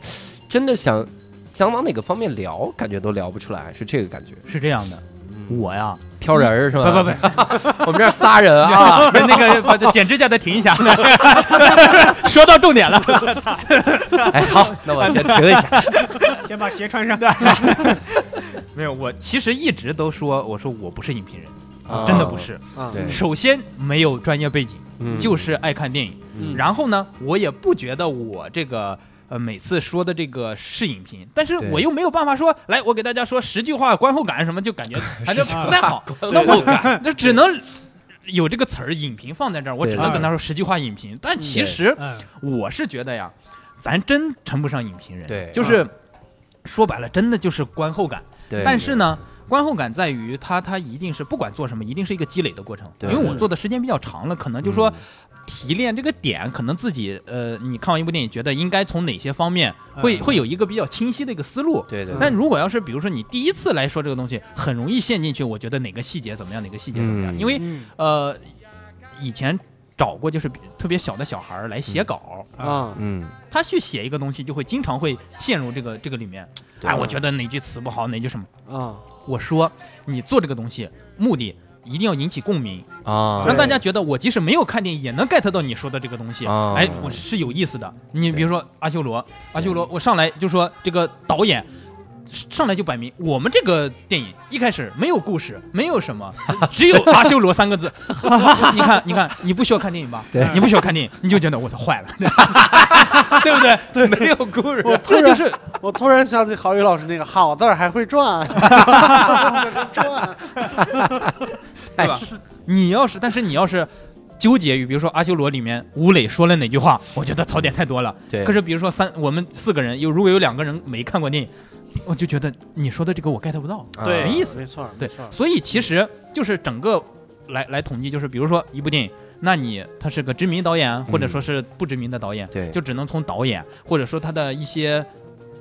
Speaker 1: 真的想想往哪个方面聊，感觉都聊不出来，是这个感觉。
Speaker 4: 是这样的，我呀
Speaker 1: 挑人儿是吧？
Speaker 4: 嗯不不不，
Speaker 1: 我们这儿仨人
Speaker 4: <laughs>
Speaker 1: 啊，
Speaker 4: 啊，那个把这剪指甲的停
Speaker 1: <laughs>
Speaker 4: 一下，说到重点了。
Speaker 1: 哎，好，那我先停一下。
Speaker 2: 先把鞋穿上。
Speaker 4: 没有，我其实一直都说，我说我不是影评人，
Speaker 1: 啊
Speaker 4: <laughs> 真的不是。
Speaker 3: 啊，
Speaker 1: 对
Speaker 4: 首先没有专业背景，
Speaker 1: 嗯
Speaker 4: 就是爱看电影。
Speaker 3: 嗯
Speaker 4: 然后呢，我也不觉得我这个。呃，每次说的这个是影评，但是
Speaker 1: 对
Speaker 4: 我又没有办法说，来，我给大家说十句话观后感什么，
Speaker 1: <laughs>
Speaker 4: 就感觉反正
Speaker 1: 十句话
Speaker 4: 不太好。那我那只能有这个词儿“影评”放在这儿，我
Speaker 1: 对
Speaker 4: 只能跟他说十句话影评。但其实
Speaker 2: 嗯，
Speaker 4: 我是觉得呀，咱真称不上影评人，
Speaker 1: 对
Speaker 4: 就是、说白了，真的就是观后感。
Speaker 1: 对，
Speaker 4: 但是呢，观后感在于它，它一定是不管做什么，一定是一个积累的过程。因
Speaker 1: 对嗯
Speaker 4: 为我做的时间比较长了，可能就说提炼这个点，可能自己呃，你看完一部电影，觉得应该从哪些方面会、
Speaker 2: 嗯
Speaker 4: 会有一个比较清晰的一个思路。
Speaker 1: 对对，
Speaker 4: 但如果要是比如说你第一次来说这个东西，很容易陷进去。我觉得哪个细节怎么样，哪个细节怎么样，
Speaker 1: 嗯
Speaker 4: 因为
Speaker 2: 嗯
Speaker 4: 呃，以前找过就是比特别小的小孩儿来写稿，
Speaker 3: 啊，
Speaker 1: 嗯，
Speaker 4: 他去写一个东西，就会经常会陷入这个这个里面。
Speaker 1: 对
Speaker 4: 哎，我觉得哪句词不好，哪句什么。
Speaker 3: 啊，
Speaker 4: 我说你做这个东西目的一定要引起共鸣，
Speaker 1: 啊，
Speaker 4: 让大家觉得我即使没有看电影也能 get 到你说的这个东西。
Speaker 1: 啊
Speaker 4: 哎，我是有意思的。你比如说阿修罗，阿修罗，我上来就说这个导演。上来就摆明，我们这个电影一开始没有故事，没有什么， <laughs> 只有阿修罗三个字。 <laughs> 你看，你看，你不需要看电影吧？
Speaker 1: 对
Speaker 4: 你不需要看电影，你就觉得我操坏了， <laughs>
Speaker 1: 对不对？对，没有故事，
Speaker 3: 我突
Speaker 4: 这就
Speaker 3: 然
Speaker 4: 是
Speaker 3: 我突然想起郝宇老师那个“好字儿还会转”，转
Speaker 4: 对吧？你要哎是，但是你要是纠结于，比如说《阿修罗》里面吴磊说了哪句话，我觉得槽点太多了。
Speaker 1: 对
Speaker 4: 可是比如说三，我们四个人有，如果有两个人没看过电影，我就觉得你说的这个我 get 不到。
Speaker 1: 啊
Speaker 3: 对，
Speaker 4: 没意思
Speaker 3: 没错，没
Speaker 4: 对
Speaker 3: 错，
Speaker 4: 所以其实就是整个来来统计，就是比如说一部电影，那你他是个知名导演，啊或者说是不知名的导演，
Speaker 1: 嗯对
Speaker 4: 就只能从导演或者说他的一些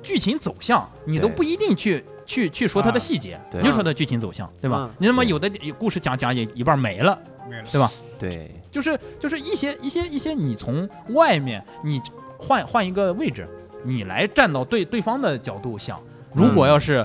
Speaker 4: 剧情走向，你都
Speaker 1: 对啊
Speaker 4: 不一定去。去去说它的细节，
Speaker 1: 对啊
Speaker 4: 你就说它剧情走向，对吧？
Speaker 3: 嗯
Speaker 4: 你他妈
Speaker 1: 对
Speaker 4: 有的有故事讲讲也一半没了，
Speaker 2: 没了。
Speaker 1: 对
Speaker 4: 就是就是一些一些一些你从外面你换换一个位置，你来站到对对方的角度想，如果要是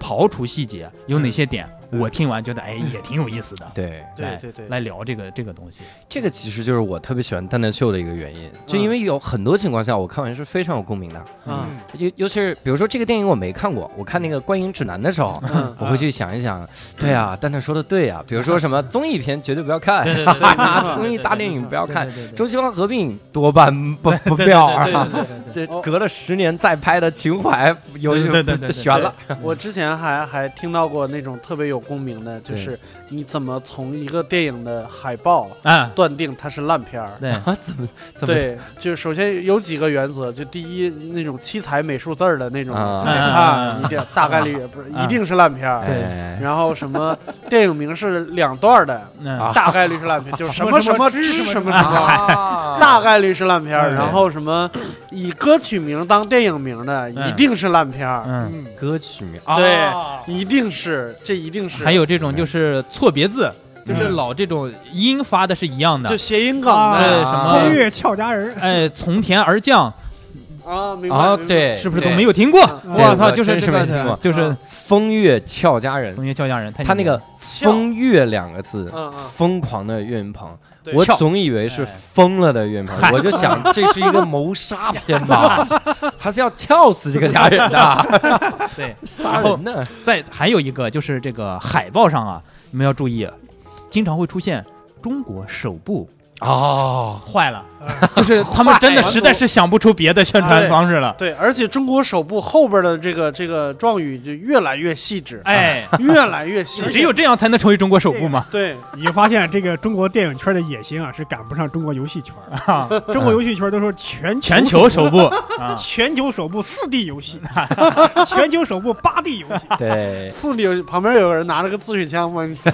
Speaker 4: 刨除细节，有哪些点我听完觉得哎也挺有意思的，
Speaker 1: 对。
Speaker 3: 对
Speaker 4: 来
Speaker 3: 对对，
Speaker 4: 来聊这个这个东西，
Speaker 1: 这个其实就是我特别喜欢蛋蛋秀的一个原因，就因为有很多情况下我看完是非常有共鸣的，
Speaker 3: 啊，
Speaker 1: 尤尤其是比如说这个电影我没看过，我看那个观影指南的时候，
Speaker 3: 嗯，
Speaker 1: 我会去想一想，对啊，蛋蛋说的对啊，比如说什么综艺片绝对不要看，
Speaker 4: 对对
Speaker 1: <laughs>
Speaker 4: 对对
Speaker 1: 哈
Speaker 3: 没
Speaker 1: 哈
Speaker 3: 错
Speaker 1: 综艺大电影不要看，
Speaker 4: 对对对
Speaker 1: 中西方合并多半不不妙啊，
Speaker 4: 对
Speaker 1: 这
Speaker 3: 哦
Speaker 1: 隔了十年再拍的情怀有
Speaker 4: 对对对对对对
Speaker 1: 悬了，
Speaker 3: 我之前还还听到过那种特别有共鸣的，就
Speaker 1: 对
Speaker 3: 是你怎么从一个电影的海报
Speaker 4: <laughs> 啊
Speaker 3: 断定它是烂片儿？
Speaker 4: 对
Speaker 1: 啊，怎么怎么
Speaker 3: 对，就首先有几个原则，就第一那种七彩美术字儿的那种，
Speaker 1: 啊
Speaker 3: 就得看一定大概率不是一定是烂片儿。
Speaker 4: 对
Speaker 1: 哎
Speaker 3: 然后什么电影名是两段儿的，
Speaker 4: 嗯
Speaker 1: 啊
Speaker 3: 大概率是烂片，就是什么
Speaker 2: 什
Speaker 3: 什
Speaker 2: 么
Speaker 3: 么
Speaker 2: 之
Speaker 3: 之
Speaker 2: 什么
Speaker 3: 什么
Speaker 2: 之
Speaker 3: 什么，
Speaker 1: 啊
Speaker 3: 大概率是烂片儿。
Speaker 2: 嗯
Speaker 3: 然后什么以歌曲名当电影名的，
Speaker 4: 嗯
Speaker 3: 一定是烂片儿，
Speaker 4: 嗯，
Speaker 2: 嗯，
Speaker 1: 歌曲名
Speaker 3: 对
Speaker 1: 啊
Speaker 3: 一定是，这一定是。
Speaker 4: 还有这种就是错别字，就是
Speaker 2: 嗯
Speaker 4: 老这种音发的是一样的
Speaker 3: 就，谐音梗
Speaker 2: 啊
Speaker 3: 的
Speaker 4: 什么
Speaker 2: 仙乐俏佳人儿，
Speaker 4: 哎，从天而降
Speaker 3: 啊，明白
Speaker 1: 啊，
Speaker 3: 明白
Speaker 1: 对，
Speaker 4: 是不是都
Speaker 1: 对
Speaker 4: 没有听过？
Speaker 3: 对
Speaker 4: 我操，
Speaker 1: 我
Speaker 4: 就是
Speaker 1: 真是
Speaker 4: 这个
Speaker 1: 没听过
Speaker 4: 就是
Speaker 3: 啊
Speaker 1: 风月俏佳人，
Speaker 4: 同学叫家人，太
Speaker 1: 他那
Speaker 4: 牛
Speaker 1: 个
Speaker 4: 了
Speaker 1: “风月”两个字
Speaker 3: 嗯嗯，
Speaker 1: 疯狂的岳云鹏，
Speaker 3: 对
Speaker 1: 我
Speaker 4: 跳
Speaker 1: 总以为是
Speaker 4: 哎
Speaker 1: 疯了的岳云鹏，我就想这是一个谋
Speaker 4: <laughs>
Speaker 1: 杀片吧，他是要撬死这个家人的，哦
Speaker 4: 对，
Speaker 1: 杀人呢？
Speaker 4: 再还有一个就是这个海报上啊，你们要注意，经常会出现中国首部 <laughs>
Speaker 1: 哦，
Speaker 4: 坏了，就是他们真的实在是想不出别的宣传方式了。
Speaker 3: 对，而且中国首部后边的这个这个状语就越来越细致，
Speaker 4: 哎，
Speaker 3: 越来越细
Speaker 4: 只
Speaker 3: 致。
Speaker 4: 有这样才能成为中国首部嘛。
Speaker 3: 对，，
Speaker 2: 你就发现这个中国电影圈的野心啊，是赶不上中国游戏圈儿。中国游戏圈都说全
Speaker 4: 全
Speaker 2: 球
Speaker 4: 球
Speaker 2: 首
Speaker 4: 首部啊，
Speaker 2: 全球首部四 D 游戏，全球首部八 D 游戏，
Speaker 1: 对
Speaker 3: 四里有旁边有个人拿了个自水枪
Speaker 1: <laughs>
Speaker 3: 往你滋，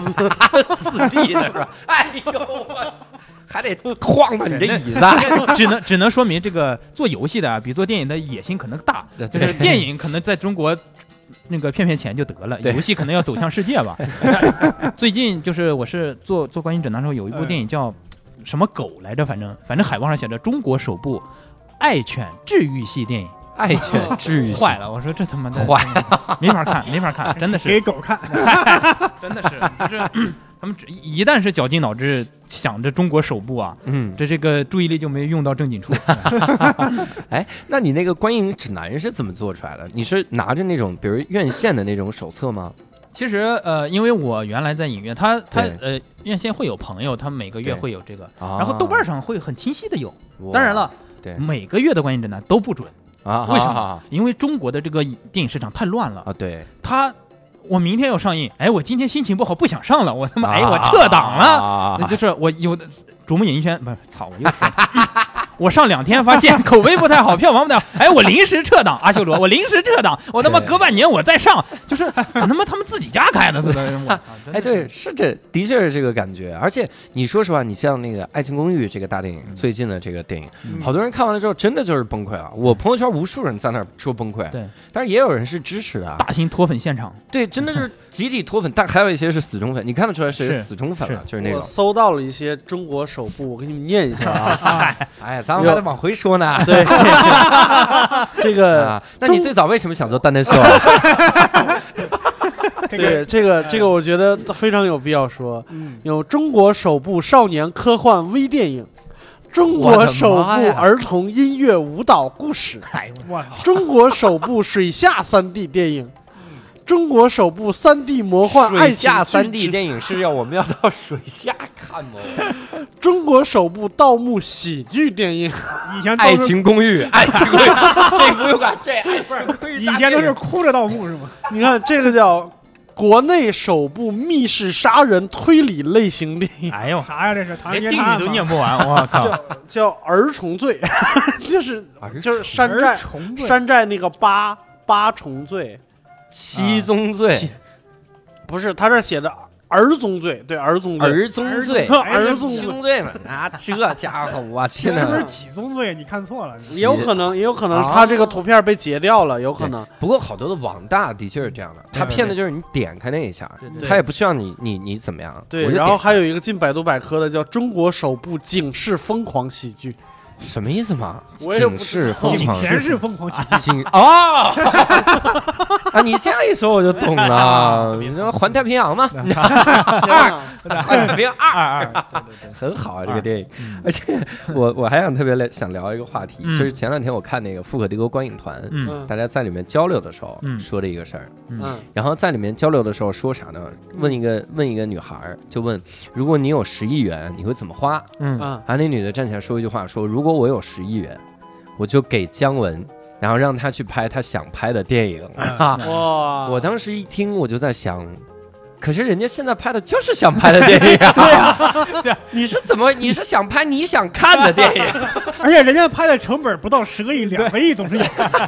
Speaker 1: 四 D 的是吧？哎呦，我操，还得晃荡你这椅子，
Speaker 4: <laughs> 只能只能说明这个做游戏的啊，比做电影的野心可能大，
Speaker 1: 对对
Speaker 4: 就是电影可能在中国。那个骗骗钱就得了，
Speaker 1: 对
Speaker 4: 游戏可能要走向世界
Speaker 1: <laughs>
Speaker 4: 吧。最近就是我是做做观影诊断的时候，有一部电影叫什么狗来着，反正反正海报上写着中国首部爱犬治愈系电影。
Speaker 1: 爱犬治愈系
Speaker 4: 坏了，我说这他妈的
Speaker 1: 坏
Speaker 4: 没法看，没法看，真的是
Speaker 2: 给狗看，
Speaker 4: 真的是，就是他们只一旦是绞尽脑汁想着中国首部啊，
Speaker 1: 嗯，
Speaker 4: 这这个注意力就没用到正经
Speaker 1: <laughs>
Speaker 4: 处。
Speaker 1: 哎，那你那个观影指南是怎么做出来的？你是拿着那种比如院线的那种手册吗？
Speaker 4: 其实呃，因为我原来在影院，他他
Speaker 1: 对
Speaker 4: 呃院线会有朋友，他每个月
Speaker 1: 对
Speaker 4: 会有这个，
Speaker 1: 啊
Speaker 4: 然后豆瓣上会很清晰的有。
Speaker 1: 哇
Speaker 4: 当然了，
Speaker 1: 对
Speaker 4: 每个月的观影指南都不准，
Speaker 1: 啊，
Speaker 4: 为什么
Speaker 1: 啊
Speaker 4: 因为中国的这个电影市场太乱了。
Speaker 1: 啊？对，
Speaker 4: 他我明天要上映，哎，我今天心情不好，不想上了，我他妈哎我
Speaker 1: 啊
Speaker 4: 撤档了。
Speaker 1: 啊
Speaker 4: 那就是我有的琢磨演艺圈，不是操，我又说了 <laughs> 我上两天发现口碑不太好，票房不太好，哎，我临时撤档，阿修罗，我临时撤档，我他妈
Speaker 1: 对
Speaker 4: 隔半年我再上，就是可他妈他们自己家开的似的，我操，真的
Speaker 1: 哎，对，，是这，的确是这个感觉。而且你说实话，你像那个《爱情公寓》这个大电影，
Speaker 4: 嗯
Speaker 1: 最近的这个电影，
Speaker 4: 嗯
Speaker 1: 好多人看完了之后，真的就是崩溃了。我朋友圈无数人在那儿说崩溃，
Speaker 4: 对，
Speaker 1: 但是也有人是支持的啊。
Speaker 4: <laughs> 大型脱粉现场，
Speaker 1: 对，真 <laughs> 的就是集体脱粉，但还有一些是死忠粉，你看得出来谁
Speaker 4: 是
Speaker 1: 死忠粉了，啊就是那
Speaker 3: 我
Speaker 1: 种。
Speaker 3: 搜到了一些中国首部，我给你们念一下
Speaker 1: <laughs>
Speaker 3: 啊。
Speaker 1: 哎，咱们还得往回说呢。
Speaker 3: 对，这个
Speaker 1: 啊，那你
Speaker 3: 中
Speaker 1: 最早为什么想做蛋蛋秀啊？
Speaker 3: <laughs>
Speaker 2: 这
Speaker 3: 对
Speaker 2: 个
Speaker 3: 这个这个，我觉得非常有必要说，
Speaker 2: 嗯，
Speaker 3: 有中国首部少年科幻微电影，中国首
Speaker 1: 我的妈
Speaker 3: 部
Speaker 1: 呀
Speaker 3: 儿童音乐舞蹈故事，
Speaker 4: 哎，
Speaker 2: 我
Speaker 3: 中国首部水下三 D 电影，中国首部三 D 魔幻爱
Speaker 1: 水
Speaker 3: 情
Speaker 1: 下三
Speaker 3: 剧
Speaker 1: D
Speaker 3: 之
Speaker 1: 电影是要我们要到水下看
Speaker 3: <laughs>
Speaker 1: 吗？
Speaker 3: 中国首部盗墓喜剧电影，
Speaker 2: 以前都
Speaker 1: 爱
Speaker 2: 是
Speaker 1: 情公寓，爱情公寓， <laughs> 这不用管，这爱情公寓
Speaker 2: 以
Speaker 1: 大
Speaker 2: 前
Speaker 1: 电影
Speaker 2: 都是哭着盗墓是吗？
Speaker 3: <laughs> 你看这个叫国内首部密室杀人推理类型电影，
Speaker 4: 哎呦，
Speaker 2: 啥呀这是？唐人
Speaker 4: 连
Speaker 2: 街
Speaker 4: 定
Speaker 2: 探案
Speaker 4: 语
Speaker 2: 吗
Speaker 4: 都念不完，我 <laughs> 靠，
Speaker 3: 叫叫儿虫罪， <laughs> 就是
Speaker 1: 啊儿
Speaker 3: 就是山
Speaker 2: 儿
Speaker 3: 寨
Speaker 2: 重贵
Speaker 3: 山寨那个八八重罪，
Speaker 1: 七宗罪、
Speaker 3: 不是他这儿写的儿宗罪，对儿宗罪，
Speaker 1: 儿宗罪、
Speaker 3: 儿宗
Speaker 1: 七
Speaker 3: 罪。
Speaker 1: 宗罪嘛？啊，这家伙，我天
Speaker 2: 是不
Speaker 1: 哪
Speaker 2: 是！几宗罪？你看错了，
Speaker 3: 也有可
Speaker 1: 啊
Speaker 3: 能，也有可能是他这个图片被截掉了，有可能。
Speaker 1: 不过好多的网大的确是这样的，他骗的就是你点开那一下，
Speaker 3: 对
Speaker 1: 他也不需要你你你怎么样。
Speaker 3: 对，
Speaker 1: 我就
Speaker 3: 然后
Speaker 1: 点
Speaker 3: 还有一个进百度百科的叫《中国首部警示疯狂
Speaker 1: <laughs>
Speaker 3: 喜剧》， <laughs>
Speaker 1: 什么意思嘛？
Speaker 3: 我也不
Speaker 1: 警示
Speaker 3: 知
Speaker 1: 疯
Speaker 2: 景
Speaker 1: 狂
Speaker 2: 田是疯狂起
Speaker 1: 警
Speaker 4: <laughs>
Speaker 1: 哦啊！你这样一说我就懂了，你说《环太平洋》嘛，
Speaker 3: 天啊
Speaker 1: 《环太平洋二》
Speaker 4: 二二， <laughs> 对对对，
Speaker 1: 很好啊，
Speaker 4: 二
Speaker 1: 这个电影
Speaker 4: 嗯。
Speaker 1: 而且我我还想特别来想聊一个话题，
Speaker 4: 嗯
Speaker 1: 就是前两天我看那个《富可敌国观影团》，
Speaker 4: 嗯
Speaker 3: 嗯
Speaker 1: 大家在里面交流的时候
Speaker 4: 嗯
Speaker 1: 说的一个事儿。
Speaker 4: 嗯，
Speaker 3: 嗯
Speaker 1: 然后在里面交流的时候说啥呢？问一个问一个女孩儿，就问如果你有十亿元，你会怎么花？
Speaker 4: 嗯，
Speaker 3: 嗯，
Speaker 1: 啊，那女的站起来说一句话，说如果我有十亿元，我就给姜文，然后让他去拍他想拍的电影。啊、
Speaker 3: 哇！
Speaker 1: <laughs> 我当时一听我就在想。可是人家现在拍的就是想拍的电影、啊， <laughs> 对呀、你是怎么？你是想拍你想看的电影？
Speaker 2: 而且人家拍的成本不到十个亿，两个亿总
Speaker 1: <laughs>
Speaker 2: 是有。
Speaker 1: 哎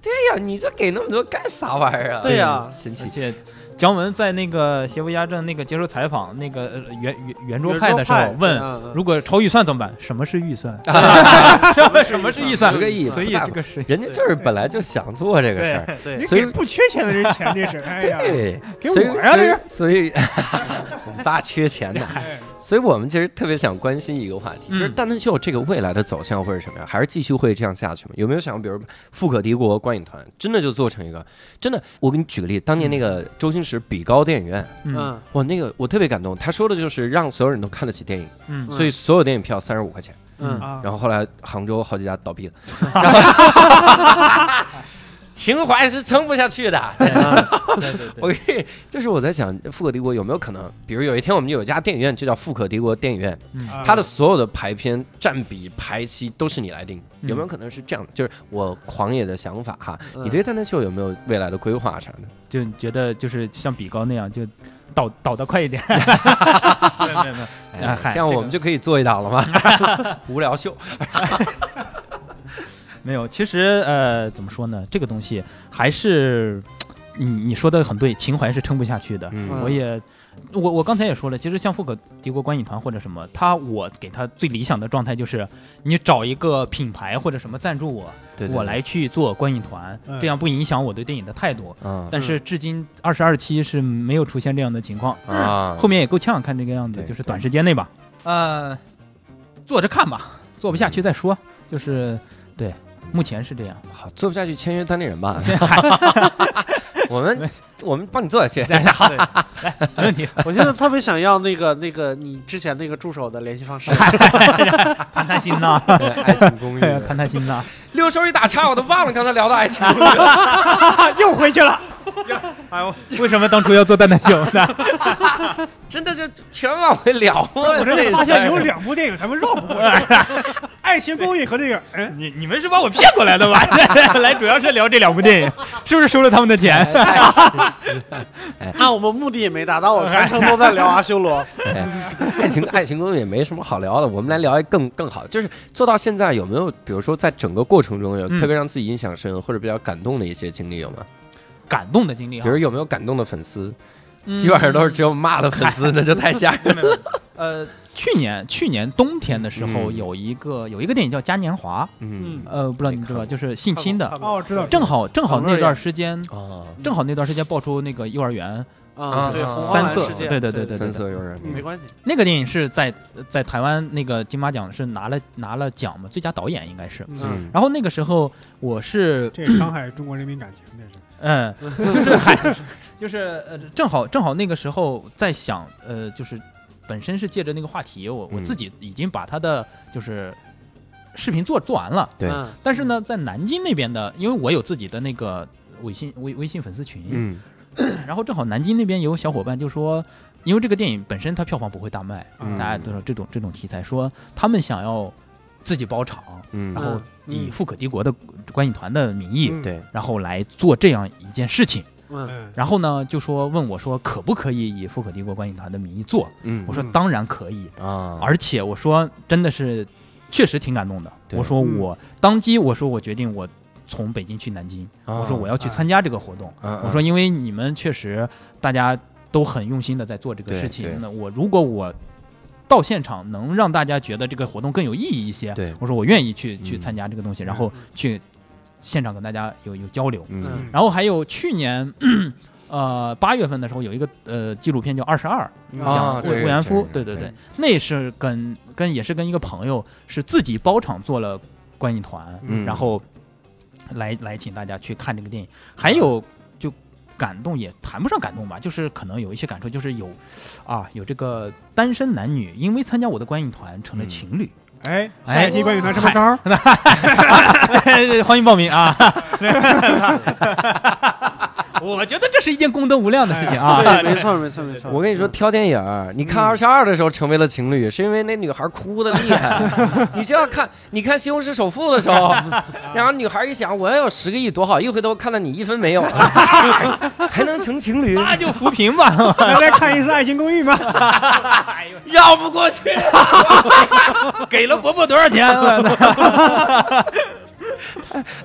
Speaker 1: 对呀、你这给那么多干啥玩意儿啊？
Speaker 3: 对呀
Speaker 1: 神奇
Speaker 4: 而。且。姜文在那个《邪不压正》那个接受采访，那个呃圆圆圆桌派的嗯时候问，如果超预算怎么办？什么是预 <laughs> 算？什么是预算？
Speaker 1: 十个亿
Speaker 4: 所以
Speaker 1: 不在乎
Speaker 4: 这个是
Speaker 1: 人家就是本来就想做这个事儿，
Speaker 3: 对对嗯
Speaker 2: 你
Speaker 1: 所以
Speaker 2: 给不缺钱的人钱，这是。哎呀，
Speaker 1: 对，
Speaker 2: 给
Speaker 1: 所以
Speaker 2: 我呀这是哎
Speaker 1: 所以， <laughs> 所以我们仨缺钱的，
Speaker 2: 嗨，
Speaker 1: 所以我们其实特别想关心一个话题，就是
Speaker 4: 嗯
Speaker 1: 蛋蛋秀这个未来的走向会是什么样？还是继续会这样下去吗？有没有想，比如富可敌国观影团真的就做成一个？真的，我给你举个例，当年那
Speaker 2: 嗯
Speaker 1: 个周星驰比高电影院，
Speaker 4: 嗯
Speaker 3: 嗯
Speaker 1: 哇，那个我特别感动，他说的就是让所有人都看得起电影，
Speaker 4: 嗯
Speaker 1: 所以所有电影票三十五块钱。
Speaker 3: 嗯
Speaker 2: 啊
Speaker 1: 然后后来杭州好几家倒闭
Speaker 2: <laughs>
Speaker 1: 了， <laughs> 情怀是撑不下去的。
Speaker 4: 对对对
Speaker 1: <laughs> 我跟你就是我在想，富可敌国有没有可能，比如有一天我们有一家电影院就叫富可敌国电影院，
Speaker 2: 啊
Speaker 1: 它的所有的排片、占比、排期都是你来定，
Speaker 4: 嗯
Speaker 1: 有没有可能是这样？就是我狂野的想法哈，
Speaker 3: 嗯
Speaker 1: 你对蛋蛋秀有没有未来的规划啥的？
Speaker 4: 就觉得就是像比高那样，就倒倒得快一
Speaker 1: <laughs>
Speaker 4: 点。没有没有没有，啊嗨
Speaker 1: 这样
Speaker 4: 这个
Speaker 1: 我们就可以做一档了吗？
Speaker 4: <laughs>
Speaker 1: 无聊秀，
Speaker 4: 没有。其实呃，怎么说呢？这个东西还是你你说的很对，情怀是撑不下去的。
Speaker 1: 嗯
Speaker 4: 我也，我我刚才也说了，其实像富可敌国观影团或者什么，他我给他最理想的状态就是，你找一个品牌或者什么赞助我，
Speaker 1: 对，对
Speaker 4: 我，来去做观影团，
Speaker 2: 嗯
Speaker 4: 这样不影响我对电影的态度。
Speaker 1: 对嗯
Speaker 4: 但是至今二十二期是没有出现这样的情况，
Speaker 1: 啊，
Speaker 4: 后面也够呛，看这个样子，
Speaker 1: 对
Speaker 4: 就是短时间内吧，嗯呃，坐着看吧，做不下去再说，就是。对，目前是这 <laughs> 样，
Speaker 1: 好，做不下去签约当地
Speaker 4: <laughs>
Speaker 1: 人吧。我们我们帮你做下
Speaker 4: <laughs>
Speaker 1: 去。
Speaker 3: 对，
Speaker 4: 没问题，
Speaker 3: 我现在特别想要那个那个你之前那个助手的联系方式。
Speaker 4: 谈谈心 <laughs> 呐，
Speaker 1: 爱情公寓，
Speaker 4: 谈谈心呐。
Speaker 1: 六叔一打岔，我都忘了刚才聊到爱情。
Speaker 2: 啊又回去了。哎呦，
Speaker 4: 为什么当初要做蛋蛋熊呢？
Speaker 1: 真的就全往回聊啊！
Speaker 2: 我
Speaker 1: 我
Speaker 2: 真的发现有两部电影咱们绕不
Speaker 1: <laughs>
Speaker 2: 过来，《爱情公寓》和这个，嗯，
Speaker 4: <laughs> 你你们是把我骗过来的吧？ <laughs> 来主要是聊这两部 <laughs> 电影，是不是收了他们的钱？
Speaker 3: <laughs>
Speaker 1: 哎
Speaker 4: <laughs>
Speaker 3: 那我们目的也没达到，我全程都在聊阿修
Speaker 1: <laughs>
Speaker 3: 罗。
Speaker 1: 爱情爱情公寓也没什么好聊的，我们来聊一更更好的，就是做到现在有没有，比如说在整个过程中有
Speaker 4: 嗯
Speaker 1: 特别让自己印象深或者比较感动的一些经历有吗？
Speaker 4: 感动的经历
Speaker 1: 比
Speaker 4: 啊
Speaker 1: 如，有没有感动的粉丝？基本上都是只有骂的粉丝，那就太吓人了。
Speaker 4: 呃，去年去年冬天的时候，
Speaker 1: 嗯
Speaker 4: 有一个有一个电影叫《嘉年华》，
Speaker 1: 嗯
Speaker 3: 嗯，
Speaker 4: 呃，不知道你们知道吧，就是性侵的，
Speaker 2: 哦，我知道，
Speaker 4: 正好正好
Speaker 3: 讨论
Speaker 4: 那
Speaker 3: 也
Speaker 4: 段时间，
Speaker 1: 哦，
Speaker 4: 正好那段时间爆出那个幼儿园
Speaker 3: 啊，对，
Speaker 1: 啊
Speaker 3: 红
Speaker 4: 哦三
Speaker 3: 黄
Speaker 4: 色
Speaker 3: 蓝事，件，
Speaker 4: 对对
Speaker 3: 对
Speaker 4: 对对
Speaker 1: 三
Speaker 4: 对，
Speaker 1: 色有人，
Speaker 3: 嗯没关系。
Speaker 4: 那个电影是在在台湾那个金马奖是拿了拿了奖嘛，最佳导演应该是。
Speaker 3: 嗯，
Speaker 1: 嗯，
Speaker 4: 然后那个时候我是
Speaker 2: 这伤害中国人民感情，这是。
Speaker 4: 嗯，就是嗨，就是呃，正好正好那个时候在想，呃，就是本身是借着那个话题，我我
Speaker 1: 嗯
Speaker 4: 自己已经把他的就是视频做做完了，
Speaker 1: 对
Speaker 3: 嗯
Speaker 4: 但是呢，在南京那边的，因为我有自己的那个微信微微信粉丝群，
Speaker 1: 嗯
Speaker 4: 然后正好南京那边有小伙伴就说，因为这个电影本身它票房不会大卖，
Speaker 1: 嗯
Speaker 4: 大家都是这种这种题材，说他们想要自己包场，
Speaker 1: 嗯
Speaker 4: 然后
Speaker 3: 嗯
Speaker 4: 以富可敌国的观影团的名义，
Speaker 2: 嗯
Speaker 1: 对，
Speaker 4: 然后来做这样一件事情。
Speaker 3: 嗯
Speaker 2: 嗯，
Speaker 4: 然后呢，就说问我说可不可以以富可敌国观影团的名义做？
Speaker 1: 嗯
Speaker 4: 我说
Speaker 2: 嗯
Speaker 4: 当然可以，
Speaker 1: 啊，
Speaker 4: 而且我说真的是确实挺感动的。
Speaker 1: 对
Speaker 4: 我说
Speaker 2: 嗯
Speaker 4: 我当机，我说我决定我从北京去南京，
Speaker 1: 啊
Speaker 4: 我说我要去参加这个活动。
Speaker 1: 嗯嗯
Speaker 4: 我说因为你们确实大家都很用心的在做这个
Speaker 1: 对
Speaker 4: 事
Speaker 1: 对
Speaker 4: 情，那我如果我到现场能让大家觉得这个活动更有意义一些，
Speaker 1: 对
Speaker 4: 我说我愿意去
Speaker 1: 嗯
Speaker 4: 去参加这个东西，然后去现场跟大家有有交流。
Speaker 1: 嗯
Speaker 2: 嗯
Speaker 4: 然后还有去年， <clears throat> 呃，八月份的时候有一个呃纪录片叫《二十二》，
Speaker 1: 啊
Speaker 4: 讲
Speaker 1: 这个
Speaker 4: 慰安
Speaker 1: 这
Speaker 4: 夫
Speaker 1: 个，
Speaker 4: 对对
Speaker 1: 对
Speaker 4: 对，那是跟跟也是跟一个朋友是自己包场做了观影团，
Speaker 1: 嗯
Speaker 4: 然后来来请大家去看这个电影，还
Speaker 1: 嗯
Speaker 4: 有就感动也谈不上感动吧，就是可能有一些感触，就是有啊有这个单身男女因为参加我的观影团成了
Speaker 1: 嗯
Speaker 4: 情侣，
Speaker 2: 哎，
Speaker 4: 哎
Speaker 2: 下一期关于男什么招儿？
Speaker 1: 嗯
Speaker 4: <laughs> 欢迎报名啊！我觉得这是一件功德无量的事情啊！ <laughs>
Speaker 3: 对，没错没错没错。
Speaker 1: 我跟你说，挑电影儿，你看《二十二》的时候成为了情侣，是因为那女孩哭的厉害。你就要看，你看《西红柿首富》的时候，然后女孩一想，我要有十个亿多好，一回头看到你一分没有，还能成情侣，
Speaker 4: 那就扶贫吧。 <laughs>
Speaker 2: 来再看一次《爱情公寓》
Speaker 1: <laughs>
Speaker 2: 吧。
Speaker 1: 绕不过去。
Speaker 4: 给了伯伯多少钱？啊
Speaker 1: <laughs>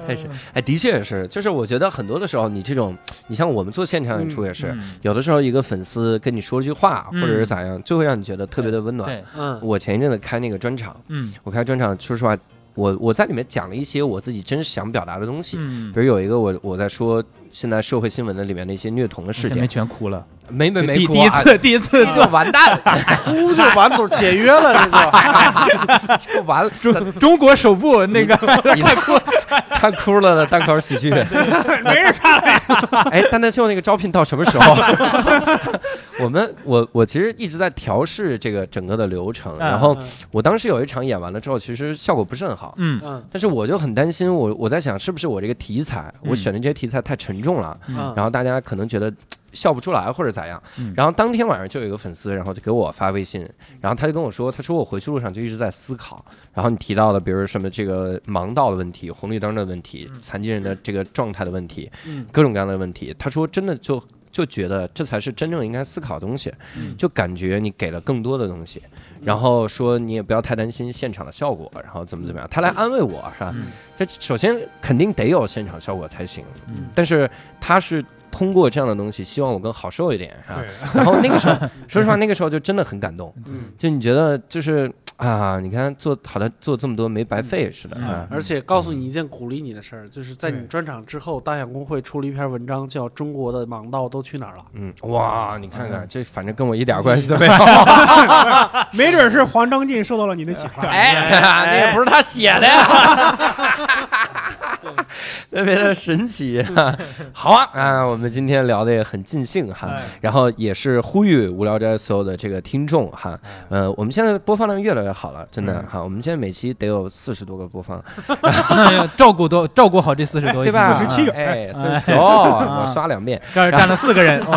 Speaker 1: 哎是，哎，的确也是，就是我觉得很多的时候，你这种，你像我们做现场演出也是，
Speaker 4: 嗯
Speaker 1: 有的时候一个粉丝跟你说一句话，或
Speaker 4: 嗯
Speaker 1: 者是咋样，就会让你觉得特别的温暖。
Speaker 4: 对，
Speaker 3: 嗯
Speaker 1: 我前一阵子开那个专场，
Speaker 4: 嗯
Speaker 1: 我开专场，说实话，我我在里面讲了一些我自己真实想表达的东西，
Speaker 4: 嗯
Speaker 1: 比，如有一个我我在说现在社会新闻的里面的一些虐童的事
Speaker 4: 前面
Speaker 1: 件，
Speaker 4: 全哭了，
Speaker 1: 没没没
Speaker 4: 第
Speaker 1: 哭
Speaker 4: 第一
Speaker 1: 啊，
Speaker 4: 次第一次
Speaker 1: 就完蛋了，
Speaker 3: 哭就完犊儿解约了，这
Speaker 1: <laughs>
Speaker 3: 就
Speaker 1: 就完了，
Speaker 4: <laughs> 中中国首部
Speaker 1: <laughs>
Speaker 4: 那个
Speaker 1: 看哭看哭了的单口喜
Speaker 4: <laughs>
Speaker 1: 剧，没人看了。 <laughs> 哎，蛋蛋秀那个招聘到什么时候？ <laughs> 我们我我其实一直在调试这个整个的流程，
Speaker 4: 嗯
Speaker 1: 然后我当时有一场演完了之后，其实效果不是很好。
Speaker 4: 嗯
Speaker 3: 嗯
Speaker 1: 但是我就很担心，我我在想是不是我这个题材，
Speaker 4: 嗯
Speaker 1: 我选的这些题材太沉重了，
Speaker 3: 嗯，
Speaker 1: 然后大家可能觉得嘖笑不出来或者咋样
Speaker 4: 嗯。
Speaker 1: 然后当天晚上就有一个粉丝，然后就给我发微信，然后他就跟我说，他说我回去路上就一直在思考，然后你提到的，比如什么这个盲道的问题、红绿灯的问题、
Speaker 4: 嗯
Speaker 1: 残疾人的这个状态的问题，
Speaker 3: 嗯
Speaker 1: 各种各样的问题，他说真的就。就觉得这才是真正应该思考的东西，
Speaker 4: 嗯
Speaker 1: 就感觉你给了更多的东西，然后说你也不要太担心现场的效果，然后怎么怎么样，他来安慰我是吧？
Speaker 4: 嗯
Speaker 1: 这首先肯定得有现场效果才行，
Speaker 4: 嗯
Speaker 1: 但是他是通过这样的东西，希望我更好受一点，是吧？
Speaker 2: 对，
Speaker 1: 然后那个时候，说实话，那个时候就真的很感动，
Speaker 3: 嗯，
Speaker 1: 就你觉得就是啊，你看做好像做这么多没白费似的
Speaker 4: 嗯
Speaker 1: 啊，
Speaker 3: 而且告诉你一件鼓励你的事儿，就是在你
Speaker 2: 对
Speaker 3: 专场之后，大象公会出了一篇文章，叫《中国的盲道都去哪儿了
Speaker 1: 嗯，哇，你看看这，反正跟我一点关系都没有，
Speaker 2: 没准是
Speaker 1: <laughs>
Speaker 2: <laughs> 黄章进受到了你的启发。
Speaker 1: 哎，那也不是他写的呀， <laughs> 特别的神奇。好啊，啊，我们今天聊的也很尽兴哈，
Speaker 2: 哎
Speaker 1: 然后也是呼吁无聊斋所有的这个听众哈，呃，我们现在播放量越来越好了，真的哈，我们现在每期得有四十多个播放，
Speaker 4: 哎呀照顾多照顾好这四十多，
Speaker 1: 对吧？
Speaker 2: 四十七个
Speaker 1: 哎，四
Speaker 4: 哎
Speaker 1: 十九，我刷两遍，
Speaker 4: 这儿站了四个人，我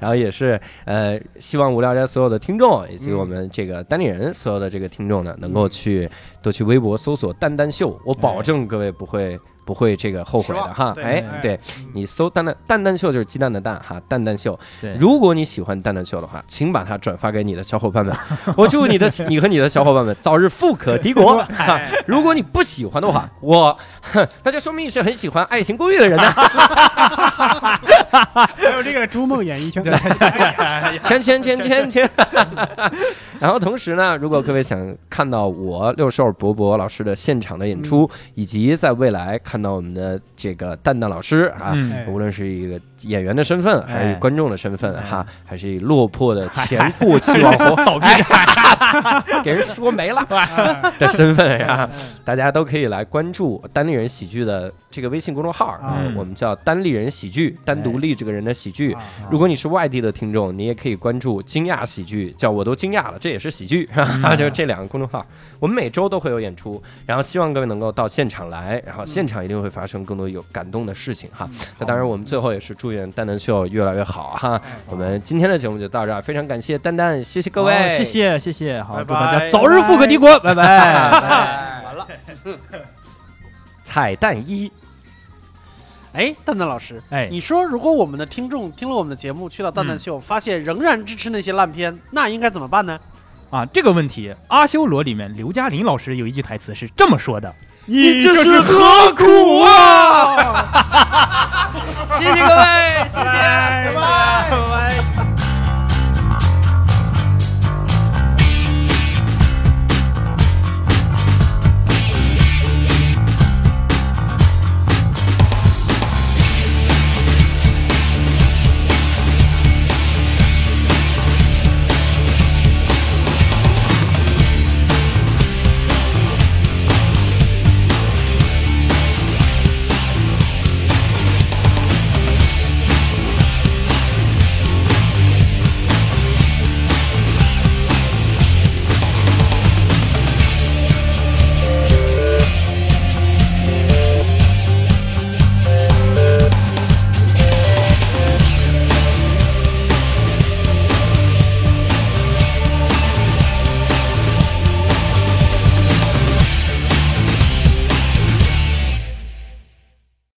Speaker 1: 然后也是呃，希望无聊斋所有的听众以及我们这个单立人所有的这个听众呢，能够去都去微博搜索“蛋蛋秀”，我保证各位不会不会这个后悔的哈。
Speaker 3: 失望
Speaker 1: 哎
Speaker 4: 对，
Speaker 1: 对你搜“蛋蛋蛋蛋秀”就是鸡蛋的蛋哈，蛋蛋秀。
Speaker 4: <laughs> 对
Speaker 1: 如果你喜欢蛋蛋秀的话，请把它转发给你的小伙伴们。 <laughs> 我祝你的你和你的小伙伴们早日富可敌国。 <laughs> 哈如果你不喜欢的话，我 <laughs> 哼那就说明你是很喜欢《爱情公寓》的人呢。
Speaker 2: 还有这个逐梦演艺圈， <laughs>
Speaker 1: 圈圈圈圈圈。 <laughs> 然后同时呢，如果各位想看到我六兽博博老师的现场的演
Speaker 4: 嗯
Speaker 1: 出，以及在未来看到我们的这个蛋蛋老师啊。
Speaker 4: 嗯
Speaker 2: 哎
Speaker 1: 无论是一个演员的身份，还是以
Speaker 4: 哎
Speaker 1: 观众的身份，
Speaker 4: 哎
Speaker 1: 哈，还是以落魄的前过气网
Speaker 4: <laughs>
Speaker 1: 红倒闭
Speaker 4: 哎
Speaker 1: 给人说没了的身份哎呀，
Speaker 4: 哎
Speaker 1: 大家都可以来关注单立人喜剧的这个微信公众号啊
Speaker 4: 嗯，哎
Speaker 1: 我们叫单立人喜剧，单独立这个人的喜剧，
Speaker 2: 啊
Speaker 1: 如果你是外地的听众，你也可以关注“惊讶喜剧”，叫我都惊讶了，这也是喜剧， <laughs> 哈
Speaker 4: 嗯
Speaker 1: 哈，就是这两个公众号。我们每周都会有演出，然后希望各位能够到现场来，然后现场一定会发生更多有感动的事情哈。
Speaker 4: 嗯
Speaker 1: 那当然，我们最后也是祝愿蛋蛋秀越来越好哈。我们今天的节目就到这儿，非常感谢蛋蛋，谢谢各位，
Speaker 4: 好谢。谢谢谢，好，
Speaker 3: 拜
Speaker 4: 祝大
Speaker 3: 拜
Speaker 4: 家早日富可敌国，拜拜。
Speaker 3: 完了。
Speaker 1: 彩蛋一，
Speaker 3: 哎，蛋蛋老师，
Speaker 4: 哎
Speaker 3: 你说如果我们的听众听了我们的节目，去到蛋蛋秀，发现仍然支持那些烂片，那应该怎么办呢？
Speaker 4: <laughs> 啊，这个问题，《阿修罗》里面刘嘉玲老师有一句台词是这么说的
Speaker 2: <laughs> 你这
Speaker 1: 是何苦啊
Speaker 2: 哎
Speaker 1: 啊！谢谢各位，谢谢，拜拜。